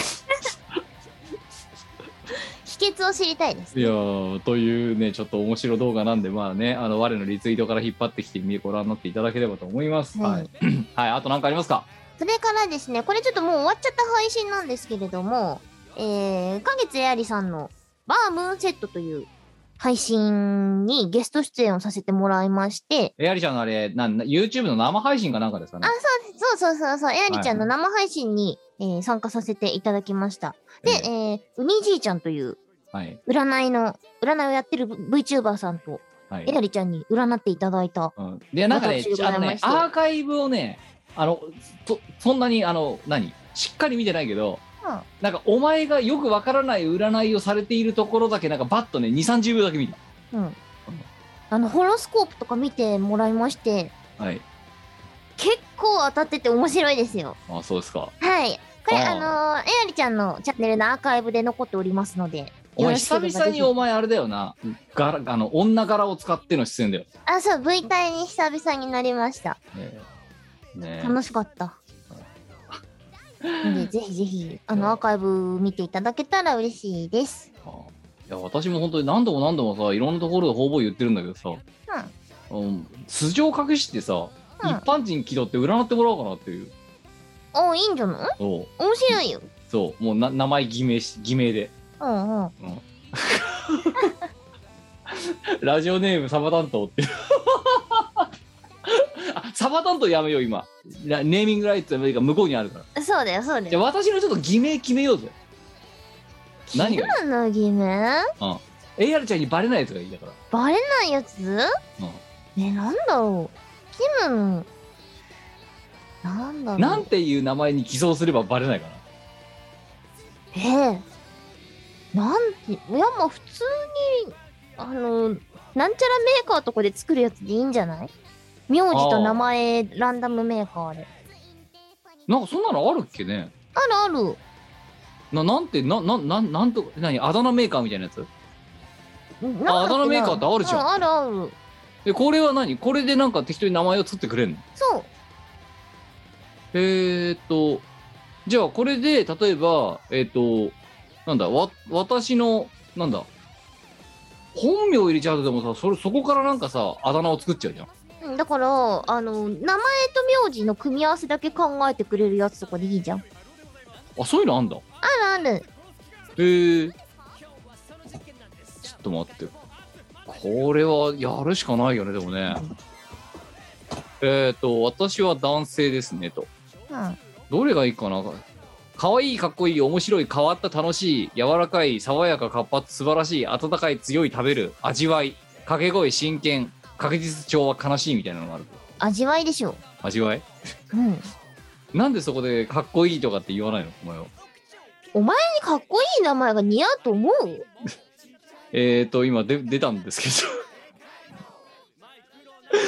[SPEAKER 1] 秘訣を知りたいです。
[SPEAKER 3] いやーというねちょっと面白動画なんでまあねあの我のリツイートから引っ張ってきてみご覧になっていただければと思い ますは、
[SPEAKER 1] はいい
[SPEAKER 3] はい、あと何かありますか
[SPEAKER 1] それからですね、これちょっともう終わっちゃった配信なんですけれども、えー、か月エアリさんのバームーンセットという配信にゲスト出演をさせてもらいまして、
[SPEAKER 3] エアリちゃんのあれなん YouTube の生配信かなんかですかね
[SPEAKER 1] あそうそうそうそう、エアリちゃんの生配信に、えー参加させていただきました。で、え
[SPEAKER 3] え
[SPEAKER 1] ー、ウニじいちゃんという
[SPEAKER 3] ーはい
[SPEAKER 1] 占いの、占いをやってる V- VTuber さんと、
[SPEAKER 3] はい
[SPEAKER 1] エアリちゃんに占っていただいた。
[SPEAKER 3] うんでなんかね
[SPEAKER 1] 私でござ
[SPEAKER 3] あ
[SPEAKER 1] い
[SPEAKER 3] の
[SPEAKER 1] ま
[SPEAKER 3] ね
[SPEAKER 1] して
[SPEAKER 3] アーカイブをねあのとそんなにあの何しっかり見てないけど、
[SPEAKER 1] うん
[SPEAKER 3] なんかお前がよくわからない占いをされているところだけなんかバッとね2 3 0秒だけ見た
[SPEAKER 1] うん。あの、ホロスコープとか見てもらいまして、
[SPEAKER 3] はい
[SPEAKER 1] 結構当たってて面白いですよ。
[SPEAKER 3] あそうですか
[SPEAKER 1] はい。これ、
[SPEAKER 3] あ
[SPEAKER 1] あ
[SPEAKER 3] ー
[SPEAKER 1] のー、エアリちゃんのチャンネルのアーカイブで残っておりますので。
[SPEAKER 3] お
[SPEAKER 1] よ
[SPEAKER 3] 前
[SPEAKER 1] ろしけ
[SPEAKER 3] 久
[SPEAKER 1] れば
[SPEAKER 3] 々に
[SPEAKER 1] ぜひ
[SPEAKER 3] お前あれだよな柄あの女柄を使っての出演だよ、
[SPEAKER 1] あ、そう、V 体に久々になりました。
[SPEAKER 3] ねえねえ
[SPEAKER 1] 楽しか った。なんで、ぜひぜひ、あ
[SPEAKER 3] うん
[SPEAKER 1] の、アーカイブ見ていただけたら嬉しいです。
[SPEAKER 3] あいや私も本当に何度も何度もさいろんなところで方々言ってるんだけどさ、うん、素性を隠してさ、
[SPEAKER 1] うん
[SPEAKER 3] 一般人気取って占ってもらおうかなっていう
[SPEAKER 1] おいいんじゃない
[SPEAKER 3] そう
[SPEAKER 1] 面白いよ。
[SPEAKER 3] そうもうな名前偽名し偽名で
[SPEAKER 1] うんうん。
[SPEAKER 3] ラジオネームサバ担当って あサバ担当やめよう今ラネーミングライツが向こうにあるから
[SPEAKER 1] そうだよ、そうだ
[SPEAKER 3] じゃ
[SPEAKER 1] よ。
[SPEAKER 3] あ私のちょっと偽名決めようぜ何がいい
[SPEAKER 1] 今の偽名
[SPEAKER 3] AR ちゃんにバレないやつがいいだから
[SPEAKER 1] バレないやつ、え、なんだろう。キムの、なんだろう。
[SPEAKER 3] なんていう名前に偽装すればバレないかな
[SPEAKER 1] ええなんて、いや、まあ、普通に、あの、なんちゃらメーカーとかで作るやつでいいんじゃない名字と名前、ランダムメーカーで。
[SPEAKER 3] なんかそんなのあるっけね
[SPEAKER 1] あるある。
[SPEAKER 3] ななんてななななんと何あだ名メーカーみたいなやつ
[SPEAKER 1] なんだっけな
[SPEAKER 3] ああだ名メーカーってあるじゃん
[SPEAKER 1] うあるある。
[SPEAKER 3] でこれは何これでなんか適当に名前を作ってくれんの
[SPEAKER 1] そう。
[SPEAKER 3] えー、っと、じゃあこれで、例えば、えーっと、なんだ、わ、私の、なんだ、本名入れちゃうとでもさ、それ、そこからなんかさ、あだ名を作っちゃうじゃん。
[SPEAKER 1] うんだから、あの、名前と名字の組み合わせだけ考えてくれるやつとかでいいじゃん。
[SPEAKER 3] あ、そういうのあんだ。へ
[SPEAKER 1] あるある。
[SPEAKER 3] えー。ちょっと待ってよ。これはやるしかないよね、でもね。えーっと、私は男性ですね、と。
[SPEAKER 1] うん。
[SPEAKER 3] どれがいいかな可愛いかっこいい面白い変わった楽しい柔らかい爽やか活発素晴らしい温かい強い食べる味わい掛け声真剣確実調和悲しいみたいなのがある
[SPEAKER 1] 味わいでしょ
[SPEAKER 3] 味わい
[SPEAKER 1] うん
[SPEAKER 3] なんでそこでかっこいいとかって言わないのお前は
[SPEAKER 1] お前にかっこいい名前が似合うと思う
[SPEAKER 3] えーと今で出たんですけど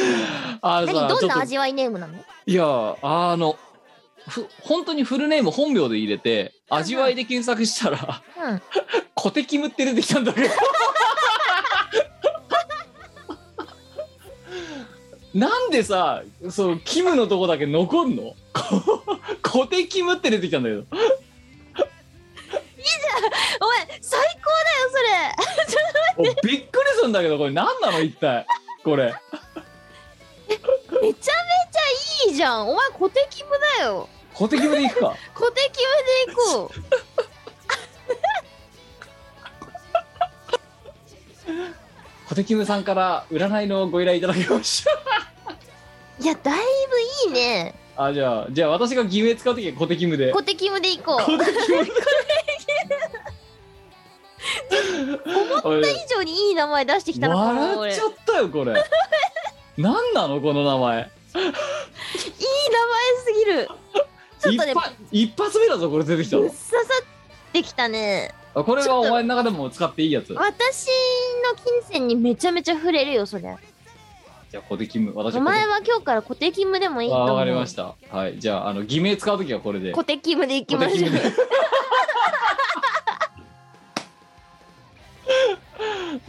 [SPEAKER 3] あの
[SPEAKER 1] 何
[SPEAKER 3] さ
[SPEAKER 1] ど
[SPEAKER 3] ち
[SPEAKER 1] ん
[SPEAKER 3] ょっ
[SPEAKER 1] な
[SPEAKER 3] と
[SPEAKER 1] 味わいネームなの
[SPEAKER 3] いやーあのふ本当にフルネーム本名で入れて味わいで検索したら
[SPEAKER 1] うん
[SPEAKER 3] 「コテキム」って出てきたんだけどなんでさそうキムのとこだけ残んのこコテキムって出てきたんだけど
[SPEAKER 1] おい最高だよそれ
[SPEAKER 3] おびっくりするんだけどこれ何なの一体これ
[SPEAKER 1] めちゃめちゃいいじゃんお前コテキムだよ
[SPEAKER 3] コテキムでいくか
[SPEAKER 1] コテキムで行こう
[SPEAKER 3] コテキムさんから占いのご依頼いただきました
[SPEAKER 1] いやだいぶいいね
[SPEAKER 3] あじゃあじゃあ私が偽名使う時はコテキムで
[SPEAKER 1] コテキムで行こう
[SPEAKER 3] コテキム思った
[SPEAKER 1] 以上にいい名前出してきたなと思う
[SPEAKER 3] 笑
[SPEAKER 1] 俺
[SPEAKER 3] っ
[SPEAKER 1] いい
[SPEAKER 3] ちゃったよ これ何なのこの名前
[SPEAKER 1] 名前すぎるちょっとね
[SPEAKER 3] 一発一発目だぞこれ出てきた
[SPEAKER 1] 刺
[SPEAKER 3] の
[SPEAKER 1] さってきたね
[SPEAKER 3] あこれ
[SPEAKER 1] ちょ
[SPEAKER 3] は
[SPEAKER 1] っ
[SPEAKER 3] お
[SPEAKER 1] と
[SPEAKER 3] 前の中でも使っていいやつ
[SPEAKER 1] 私の金銭にめちゃめちゃ触れるよそれ
[SPEAKER 3] じゃあコテキム私
[SPEAKER 1] お
[SPEAKER 3] こ
[SPEAKER 1] 前は今日からコテキムでもいい
[SPEAKER 3] れ
[SPEAKER 1] と
[SPEAKER 3] あ
[SPEAKER 1] 思う
[SPEAKER 3] わかりましたはいじゃああの偽名使う時はこれで
[SPEAKER 1] コテキムで行きましょう
[SPEAKER 3] コテキムで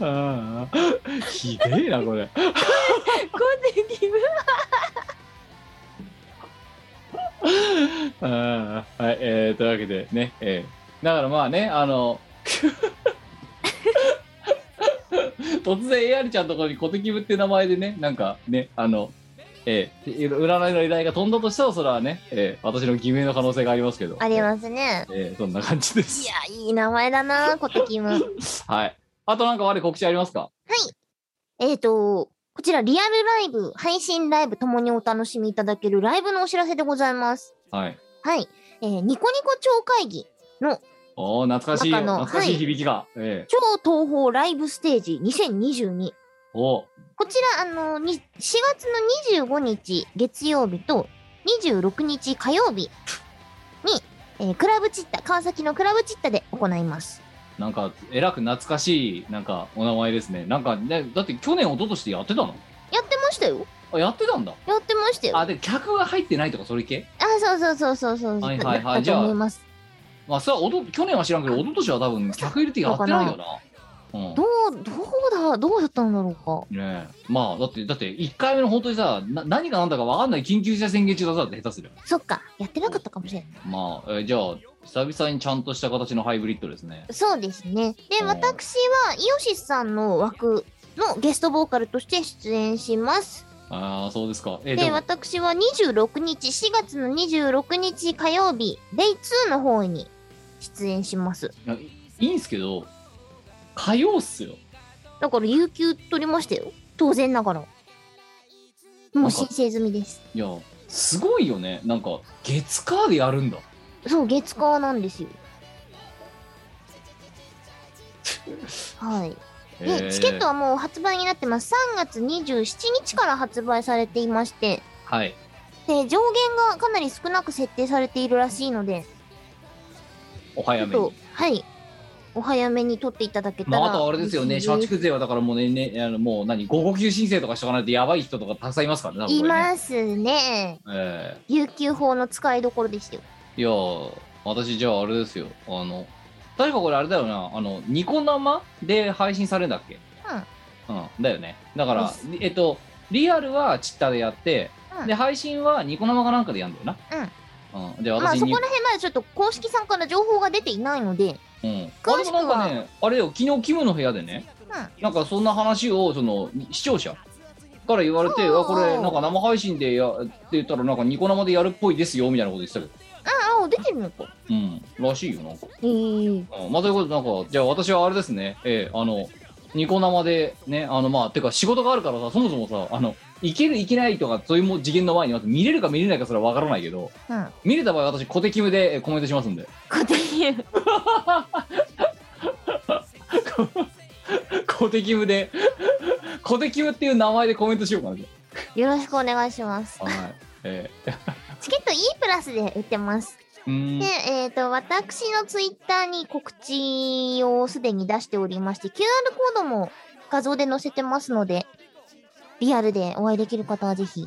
[SPEAKER 3] ああひでえなこれ
[SPEAKER 1] コテキム
[SPEAKER 3] ああはいえー、というわけでね、えーだからまあねあの 突然エアリちゃんのところにコテキムって名前でねなんかねあのえー、占いの依頼が飛んだとしたらそれはね、えー私の偽名の可能性がありますけど
[SPEAKER 1] ありますね
[SPEAKER 3] えーそんな感じで
[SPEAKER 1] い
[SPEAKER 3] す
[SPEAKER 1] やいい名前だなコテキム
[SPEAKER 3] はいあとなんか我告知ありますか
[SPEAKER 1] えっ、と、こちらリアルライブ、配信ライブともにお楽しみいただけるライブのお知らせでございます。
[SPEAKER 3] はい
[SPEAKER 1] はい。えーニコニコ超会議、
[SPEAKER 3] おー懐かしい
[SPEAKER 1] 中の
[SPEAKER 3] 懐かし
[SPEAKER 1] はい
[SPEAKER 3] い響きが、え
[SPEAKER 1] 超東宝ライブステージ2022。
[SPEAKER 3] ーおー
[SPEAKER 1] こちら、あのに4月の25日月曜日と26日火曜日に、えークラブチッタ、川崎のクラブチッタで行います。
[SPEAKER 3] なんかえらく懐かしいなんかお名前ですねなんかねだって去年一昨年でやってたの
[SPEAKER 1] やってましたよ。
[SPEAKER 3] あやってたんだ
[SPEAKER 1] やってましたよ。あ、
[SPEAKER 3] あで客が入ってないとかそれ系
[SPEAKER 1] そうそうそうそうそう。
[SPEAKER 3] はいはいはい
[SPEAKER 1] だだと思います。
[SPEAKER 3] まあそれはおと去年は知らんけど一昨年は多分客入れてやってないよなうん
[SPEAKER 1] どう、どうだ、どうだったんだろうか。
[SPEAKER 3] ねえまあだってだって1回目の本当にさな何が何だか分かんない緊急事態宣言中だぞだって下手する
[SPEAKER 1] そっか、やってなかったかもしれない。
[SPEAKER 3] まあ、えじゃあ久々にちゃんとした形のハイブリッドですね
[SPEAKER 1] そうですね。で、
[SPEAKER 3] うん
[SPEAKER 1] 私はイオシスさんの枠のゲストボーカルとして出演します。
[SPEAKER 3] ああそうですかえで
[SPEAKER 1] で、
[SPEAKER 3] も
[SPEAKER 1] 私は26日、4月の26日火曜日、デイ2の方に出演します。
[SPEAKER 3] いいいんすけど火曜っすよ
[SPEAKER 1] だから、有給取りましたよ。当然ながら。もう申請済みです。
[SPEAKER 3] いやすごいよねなんか月火でやるんだ
[SPEAKER 1] そう、月火なんですよ。はい。
[SPEAKER 3] えー
[SPEAKER 1] で、チケットはもう発売になってます。3月27日から発売されていまして、
[SPEAKER 3] はい
[SPEAKER 1] で上限がかなり少なく設定されているらしいので、
[SPEAKER 3] お早
[SPEAKER 1] ち
[SPEAKER 3] め
[SPEAKER 1] ょ
[SPEAKER 3] に
[SPEAKER 1] っとはい、お早めに取っていただけた
[SPEAKER 3] ま
[SPEAKER 1] ら。
[SPEAKER 3] あ、あとあれですよね、社畜税はだからもうね、ねあのもう何、午後休申請とかしとかないとやばい人とかたくさんいますからね、多分
[SPEAKER 1] い
[SPEAKER 3] これね。
[SPEAKER 1] ますね。
[SPEAKER 3] え
[SPEAKER 1] 有給法の使いどころですよ。
[SPEAKER 3] えいやー、私じゃああれですよ、あの、確かこれあれだよな、あの、ニコ生で配信されるんだっけうん。だよね。だか
[SPEAKER 1] で
[SPEAKER 3] ら
[SPEAKER 1] す、
[SPEAKER 3] えっと、リアルはチッターでやって、
[SPEAKER 1] うん
[SPEAKER 3] で、配信はニコ生かなんかでやるんだよな。うん。で、
[SPEAKER 1] まあ
[SPEAKER 3] 私
[SPEAKER 1] そ
[SPEAKER 3] に、
[SPEAKER 1] こら辺までちょっと公式さんから情報が出ていないので、
[SPEAKER 3] うん。あ
[SPEAKER 1] 詳
[SPEAKER 3] れ
[SPEAKER 1] し
[SPEAKER 3] も
[SPEAKER 1] くは
[SPEAKER 3] なんかね、あれよ、昨日、キムの部屋でね、なんかそんな話を、その、視聴者から言われて、
[SPEAKER 1] うん
[SPEAKER 3] あ、これ、なんか生配信でやって言ったら、なんかニコ生でやるっぽいですよ、みたいなこと言ってたけど。
[SPEAKER 1] ああ、出てるのか。
[SPEAKER 3] うん、らしいよ、なんか。
[SPEAKER 1] えー、
[SPEAKER 3] うんまあ、ということで、なんか、じゃあ私はあれですね、ええあの、ニコ生でね、あの、まあ、てか仕事があるからさ、そもそもさ、あの、いけるいけないとかそういうも次元の前にまず見れるか見れないかそれは分からないけど
[SPEAKER 1] うん。
[SPEAKER 3] 見れた場合私コテキムでえコメントしますんで
[SPEAKER 1] 固定う。
[SPEAKER 3] コテキムで コテキムっていう名前でコメントしようかなじゃ
[SPEAKER 1] よろしくお願いします
[SPEAKER 3] あ。はいえ
[SPEAKER 1] チケット E プラスで売ってます。
[SPEAKER 3] ーうーん
[SPEAKER 1] で、えっ、と、私のツイッターに告知をすでに出しておりまして、QR コードも画像で載せてますので、リアルでお会いできる方はぜひ、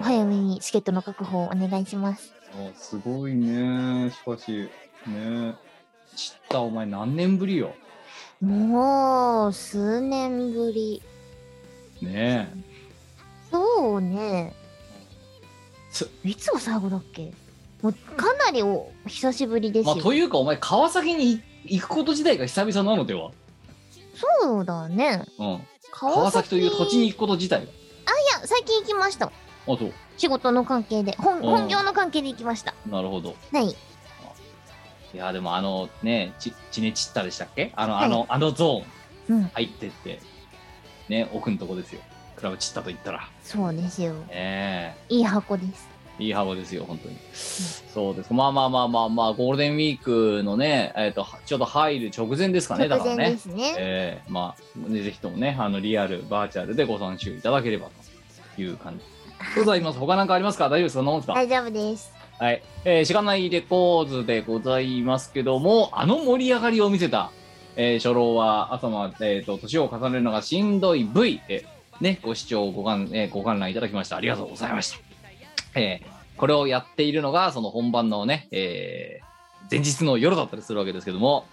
[SPEAKER 1] お早めにチケットの確保をお願いします。
[SPEAKER 3] あすごいねしかしね知ったお前何年ぶりよ
[SPEAKER 1] もう、数年ぶり。
[SPEAKER 3] ねえ
[SPEAKER 1] そうね。
[SPEAKER 3] す
[SPEAKER 1] いつが最後だっけもう、かなりお、久しぶりです
[SPEAKER 3] ま
[SPEAKER 1] よ。
[SPEAKER 3] あというかお前川崎に行くこと自体が久々なのでは、
[SPEAKER 1] そうだね。
[SPEAKER 3] うん、
[SPEAKER 1] 川
[SPEAKER 3] 川
[SPEAKER 1] 崎
[SPEAKER 3] 崎という土地に行くこと自体が
[SPEAKER 1] いや、最近行きました。
[SPEAKER 3] あそう
[SPEAKER 1] 仕事の関係で。本
[SPEAKER 3] ん
[SPEAKER 1] 本業の関係で行きました。
[SPEAKER 3] なるほど
[SPEAKER 1] はい。
[SPEAKER 3] いやでもあのねちちねちったでしたっけあの
[SPEAKER 1] はい
[SPEAKER 3] あのあのゾ
[SPEAKER 1] う
[SPEAKER 3] ーン
[SPEAKER 1] ん
[SPEAKER 3] 入ってって、ね奥んとこですよクラブちったと言ったら
[SPEAKER 1] そうですよ。
[SPEAKER 3] え
[SPEAKER 1] いい箱です。
[SPEAKER 3] えいい幅ですよ本当に、そうですまあまあまあまあまあゴールデンウィークのねえっ、とちょうど入る直前ですかねだから
[SPEAKER 1] 直前で
[SPEAKER 3] ね
[SPEAKER 1] すね。
[SPEAKER 3] ええまあねぜひともねあのリアルバーチャルでご参集いただければという感じございます他なんかありますか大丈夫ですか飲んですか
[SPEAKER 1] 大丈夫です。
[SPEAKER 3] はい、えー、しがないレコーズでございますけども、あの盛り上がりを見せた、えー初老は朝まで、えーと、年を重ねるのがしんどい V で、ね、ご視聴ご観、えーご観覧いただきました。ありがとうございました。えーこれをやっているのが、その本番のね、えー前日の夜だったりするわけですけども、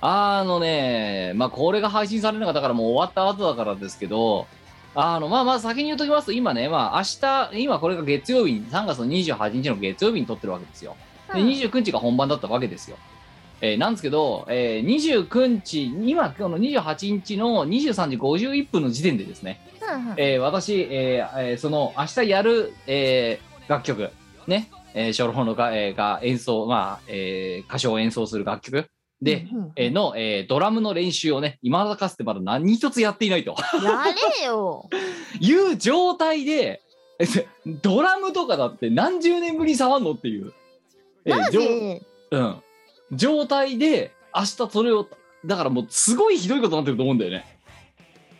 [SPEAKER 3] あのね、まあ、これが配信されるのが、だからもう終わった後だからですけど、あの、まあまあ先に言っときますと、今ね、まあ明日、今これが月曜日に、3月の28日の月曜日に撮ってるわけですよ。で、
[SPEAKER 1] うん
[SPEAKER 3] 29日が本番だったわけですよ。えーなんですけど、えー29日、今、この28日の23時51分の時点でですね、
[SPEAKER 1] うんうん
[SPEAKER 3] えー私、えーえーその明日やる、えー楽曲、ね、えー、初老のが,、えーが演奏、まあ、えー歌唱を演奏する楽曲で、
[SPEAKER 1] うんうん
[SPEAKER 3] えーの、えードラムの練習をね、今だかつてまだ何一つやっていないと。
[SPEAKER 1] やれよ。
[SPEAKER 3] いう状態で、えドラムとかだって何十年ぶりに触んのっていう、 え
[SPEAKER 1] な
[SPEAKER 3] じょ
[SPEAKER 1] ぜ
[SPEAKER 3] うん、状態で、明日それを、だからもうすごいひどいことになってると思うんだよね。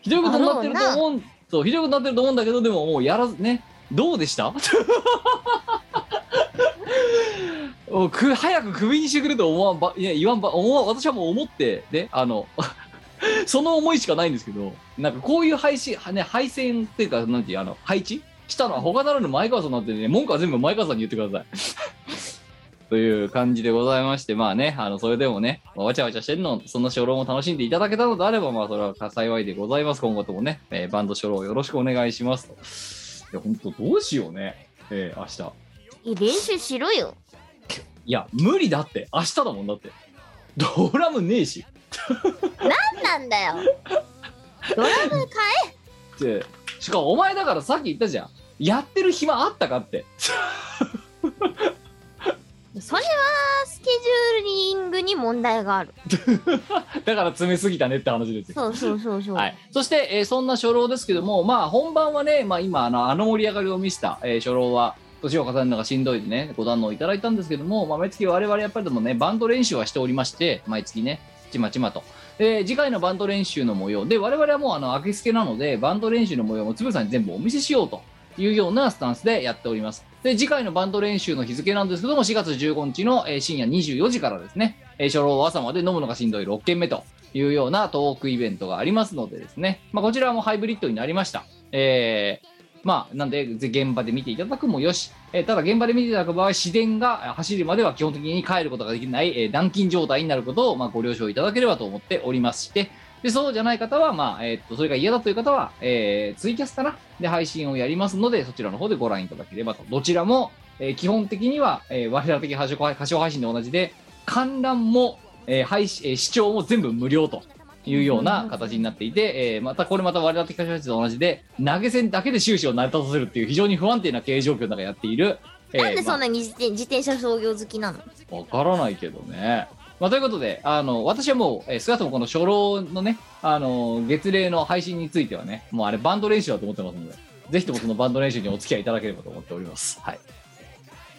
[SPEAKER 3] ひどいことになってると思うん、そう、ひどいことになってると思うんだけど、でももうやらず、ね、どうでした おく早くクビにしてくれと思わんば、いや、言わんば、思わ私はもう思って、ね、あの、 その思いしかないんですけど、なんかこういう配信、はね、配線っていうか、なんていう、あの、配置したのは他ならぬ前川さんなんてね、文句は全部前川さんに言ってください。という感じでございまして、まあね、あの、それでもね、まあわちゃわちゃしてるの、その初老も楽しんでいただけたのであれば、まあ、それは幸いでございます。今後ともね、えーバンド初老よろしくお願いしますと。いや、本当どうしようね、えー明日。
[SPEAKER 1] い練習しろよ。
[SPEAKER 3] いや、無理だって、明日だもんだって。ドラムねえし。
[SPEAKER 1] なんだよ。ドラム買
[SPEAKER 3] ってしかもお前だからさっき言ったじゃんやってる暇あったかって
[SPEAKER 1] え。それはスケジューリングに問題がある。
[SPEAKER 3] だから詰めすぎたねって話ですよ
[SPEAKER 1] そうそうそうそう。
[SPEAKER 3] はい、そして、えーそんな初老ですけども、まあ、本番はね、まあ、今あの、あの盛り上がりを見せた、えー初老は、年を重ねるのがしんどいでね、ご堪能いただいたんですけども、まあ、毎月我々やっぱりでもね、バンド練習はしておりまして、毎月ね、ちまちまと。で、次回のバンド練習の模様で、我々はもうあの、明け付けなので、バンド練習の模様もつぶさに全部お見せしようというようなスタンスでやっております。で、次回のバンド練習の日付なんですけども、4月15日の、えー深夜24時からですね、えー初老は朝まで飲むのがしんどい6件目というようなトークイベントがありますのでですね、まあ、こちらもハイブリッドになりました。えーまあ、なんで、ぜ現場で見ていただくもよし、えーただ現場で見ていただく場合、自然がえー走るまでは基本的に帰ることができない、えー軟禁状態になることを、まあ、ご了承いただければと思っておりまして、でそうじゃない方は、まあえーっとそれが嫌だという方は、えーツイキャスかなで配信をやりますので、そちらの方でご覧いただければと。どちらも、えー基本的には、えー我々的歌唱歌唱配信と同じで、観覧も、えー配信えー視聴も全部無料というような形になっていて、えーまたこれまた我々的歌唱配信と同じで、投げ銭だけで収支を成り立たせるっていう非常に不安定な経営状況の中やっている、えー
[SPEAKER 1] なんでそん
[SPEAKER 3] ま
[SPEAKER 1] なに自転自転車操業好きなの
[SPEAKER 3] あわからないけどね。ままあ、ということで、あの、私はもう、えー、少なくともこの初老のね、あの、月例の配信についてはね、もうあれバンド練習だと思ってますので、ぜひともそのバンド練習にお付き合いいただければと思っております。はい。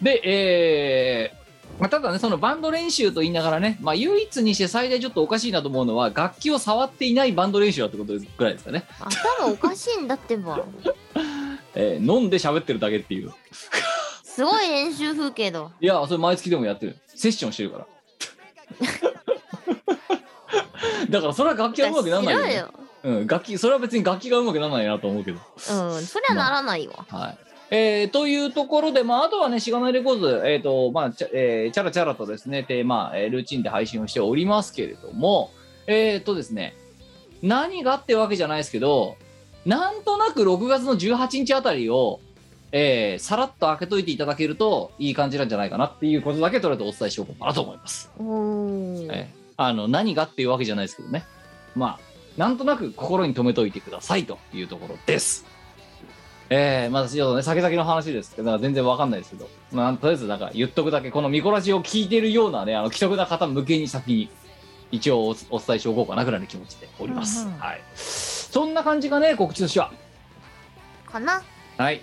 [SPEAKER 3] で、えーまあ、ただね、そのバンド練習と言いながらね、まあ、唯一にして最大ちょっとおかしいなと思うのは、楽器を触っていないバンド練習だってことぐらいですかね。
[SPEAKER 1] 頭おかしいんだってば。
[SPEAKER 3] えー飲んで喋ってるだけっていう。
[SPEAKER 1] すごい練習風景だ。
[SPEAKER 3] いや、それ毎月でもやってる。セッションして るから。だからそれは楽器はうまくならないよ、ね
[SPEAKER 1] 知らよ。
[SPEAKER 3] うん、楽器それは別に楽器がうまくならないなと思うけど。
[SPEAKER 1] うん、そりゃならないわ。
[SPEAKER 3] はいえーというところで、まあ、あとはね、しがないレコーズ、えーとまあちゃえーチャラチャラとですね、テーマ、えールーチンで配信をしておりますけれども、えーとですね、何がってわけじゃないですけど、なんとなく6月の18日あたりを、えーさらっと開けといていただけるといい感じなんじゃないかなっていうことだけとりあえずお伝えしておこうかなと思います。
[SPEAKER 1] おー
[SPEAKER 3] えーあの何がっていうわけじゃないですけどね、まあ、なんとなく心に留めておいてくださいというところです。えー、まあ、ちょっとね、先々の話ですけど、なんか全然わかんないですけど、まあ、とりあえず、なんか言っとくだけ、このミコラジを聞いてるようなね、あの、既得な方向けに先に、一応おお伝えしておこうかなぐらいの気持ちでおります。
[SPEAKER 1] うんうん
[SPEAKER 3] はい。そんな感じがね、告知としては。
[SPEAKER 1] かな
[SPEAKER 3] はい。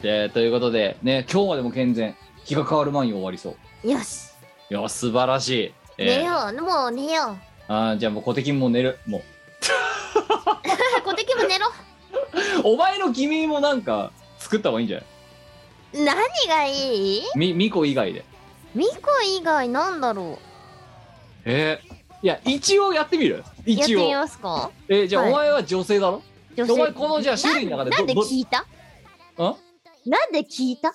[SPEAKER 3] で、ということで、ね、今日までも健全、日が変わる前に終わりそう。
[SPEAKER 1] よし。
[SPEAKER 3] いや、素晴らしい。えー
[SPEAKER 1] 寝よう。もう寝よう。
[SPEAKER 3] あーじゃあもう小敵も寝る。もう。
[SPEAKER 1] 小敵も寝ろ。
[SPEAKER 3] お前の君もなんか作った方がいいんじゃない
[SPEAKER 1] 何がいい
[SPEAKER 3] み、みこ以外で。
[SPEAKER 1] ミコ以外なんだろ
[SPEAKER 3] えーいや、一応やってみる
[SPEAKER 1] うやって
[SPEAKER 3] 一
[SPEAKER 1] み
[SPEAKER 3] 応。
[SPEAKER 1] ますか
[SPEAKER 3] えーじゃあ
[SPEAKER 1] はい
[SPEAKER 3] お前は女性だろ、
[SPEAKER 1] 女
[SPEAKER 3] お前このじゃあ種類の中で
[SPEAKER 1] な
[SPEAKER 3] ど
[SPEAKER 1] なんで
[SPEAKER 3] ど
[SPEAKER 1] 聞いた
[SPEAKER 3] ん
[SPEAKER 1] なんで聞いた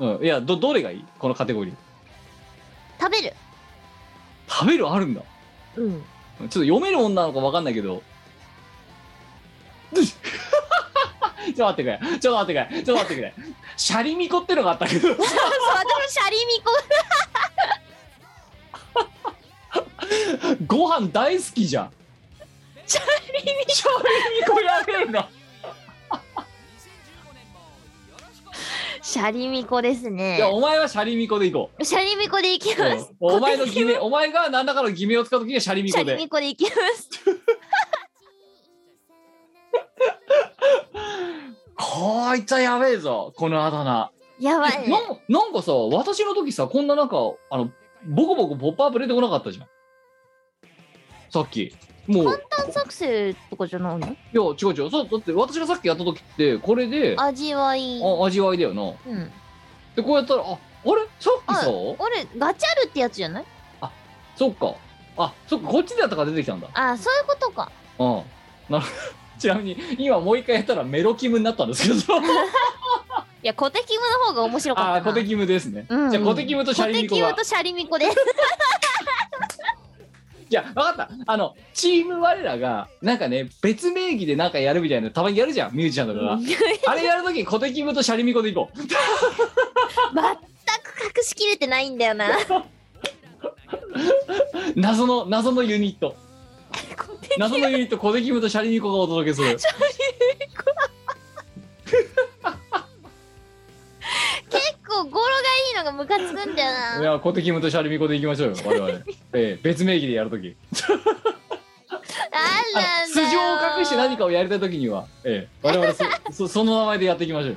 [SPEAKER 3] うん。いや、ど、どれがいいこのカテゴリー。
[SPEAKER 1] 食べる。
[SPEAKER 3] 食べるあるんだ。ち
[SPEAKER 1] うん。
[SPEAKER 3] ょっと読める女なのかわかんないけど。 うっちょっと待ってくれ。ちょっと待ってくれ。ちょっと待ってくれ。シャリミコってのがあったけ ど。
[SPEAKER 1] そう、私もシャリミコ。
[SPEAKER 3] ご飯大好きじゃん。チャリミコ。チャリミコやべえな。
[SPEAKER 1] シャリミコですね
[SPEAKER 3] いや、。お前はシャリミコでいこう。
[SPEAKER 1] シャリミコで いきます。
[SPEAKER 3] おお前の偽名、お前が何らかの偽名を使うときにはシャリミ
[SPEAKER 1] シャ
[SPEAKER 3] コ
[SPEAKER 1] リ
[SPEAKER 3] で
[SPEAKER 1] ミ。コでいきます。
[SPEAKER 3] こいつはやべえぞ、このあだ名。
[SPEAKER 1] やばいね。
[SPEAKER 3] なんなんかさ、私の時さ、こんななんか、あの、ボコボコポップアップ出てこなかったじゃん。さっき。もう、いや
[SPEAKER 1] 簡、単作成とかじゃないの
[SPEAKER 3] 違う違う。そう、だって私がさっきやった時って、これで、あ
[SPEAKER 1] 味わい。
[SPEAKER 3] 味わいだよな。
[SPEAKER 1] うん。
[SPEAKER 3] で、こうやったら、あ、あれさっきさ、
[SPEAKER 1] 俺、ガチャルってやつじゃない
[SPEAKER 3] そっか。あ、そっか、こっちでやったから出てきたんだ。
[SPEAKER 1] あ、そういうことか。
[SPEAKER 3] うん。なる ちなみに、今もう一回やったらメロキムになったんですけど。
[SPEAKER 1] いや、コテキムの方が面白かった
[SPEAKER 3] あ
[SPEAKER 1] な。
[SPEAKER 3] あ、コテキムですね。
[SPEAKER 1] うんうん
[SPEAKER 3] じゃあ、コテキムとシャリ
[SPEAKER 1] コ
[SPEAKER 3] ミコ
[SPEAKER 1] テキ
[SPEAKER 3] は
[SPEAKER 1] ムと。シャリミコです。
[SPEAKER 3] じゃあ、わかった。あの、チーム我らが、なんかね、別名義でなんかやるみたいなのたまにやるじゃん、ミュージシャンとか が。あれやるとき、コテキムとシャリミコで行こう。
[SPEAKER 1] 全く隠しきれてないんだよ な。
[SPEAKER 3] 謎の、謎のユニット。
[SPEAKER 1] コテ
[SPEAKER 3] 謎のユ ニット、コテキムとシャリミコがお届けする。
[SPEAKER 1] 結構語呂がいいのがムカつくんだよ
[SPEAKER 3] い
[SPEAKER 1] な。
[SPEAKER 3] や、コテキムとシャリミコで行きましょうよ、我々。ええ、別名義でやるとき。
[SPEAKER 1] なん
[SPEAKER 3] あ
[SPEAKER 1] なん
[SPEAKER 3] 素
[SPEAKER 1] だ
[SPEAKER 3] 性
[SPEAKER 1] よ。
[SPEAKER 3] を隠して何かをやりたいときには、ええ、我々 そそその名前でやっていきましょうよ。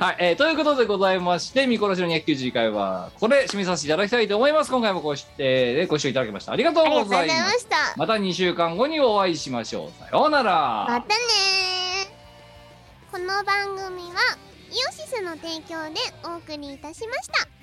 [SPEAKER 3] はい、えーということでございまして、見殺しの290回は、これ、締めさせていただきたいと思います。今回もご,、えーご視聴いただきました。ありがとう
[SPEAKER 1] ありがと
[SPEAKER 3] ご
[SPEAKER 1] うござ
[SPEAKER 3] ざ
[SPEAKER 1] い
[SPEAKER 3] い
[SPEAKER 1] ま
[SPEAKER 3] ます。
[SPEAKER 1] した。
[SPEAKER 3] また2週間後にお会いしましょう。さようなら。
[SPEAKER 1] またねーこの番組はイオシスの提供でお送りいたしました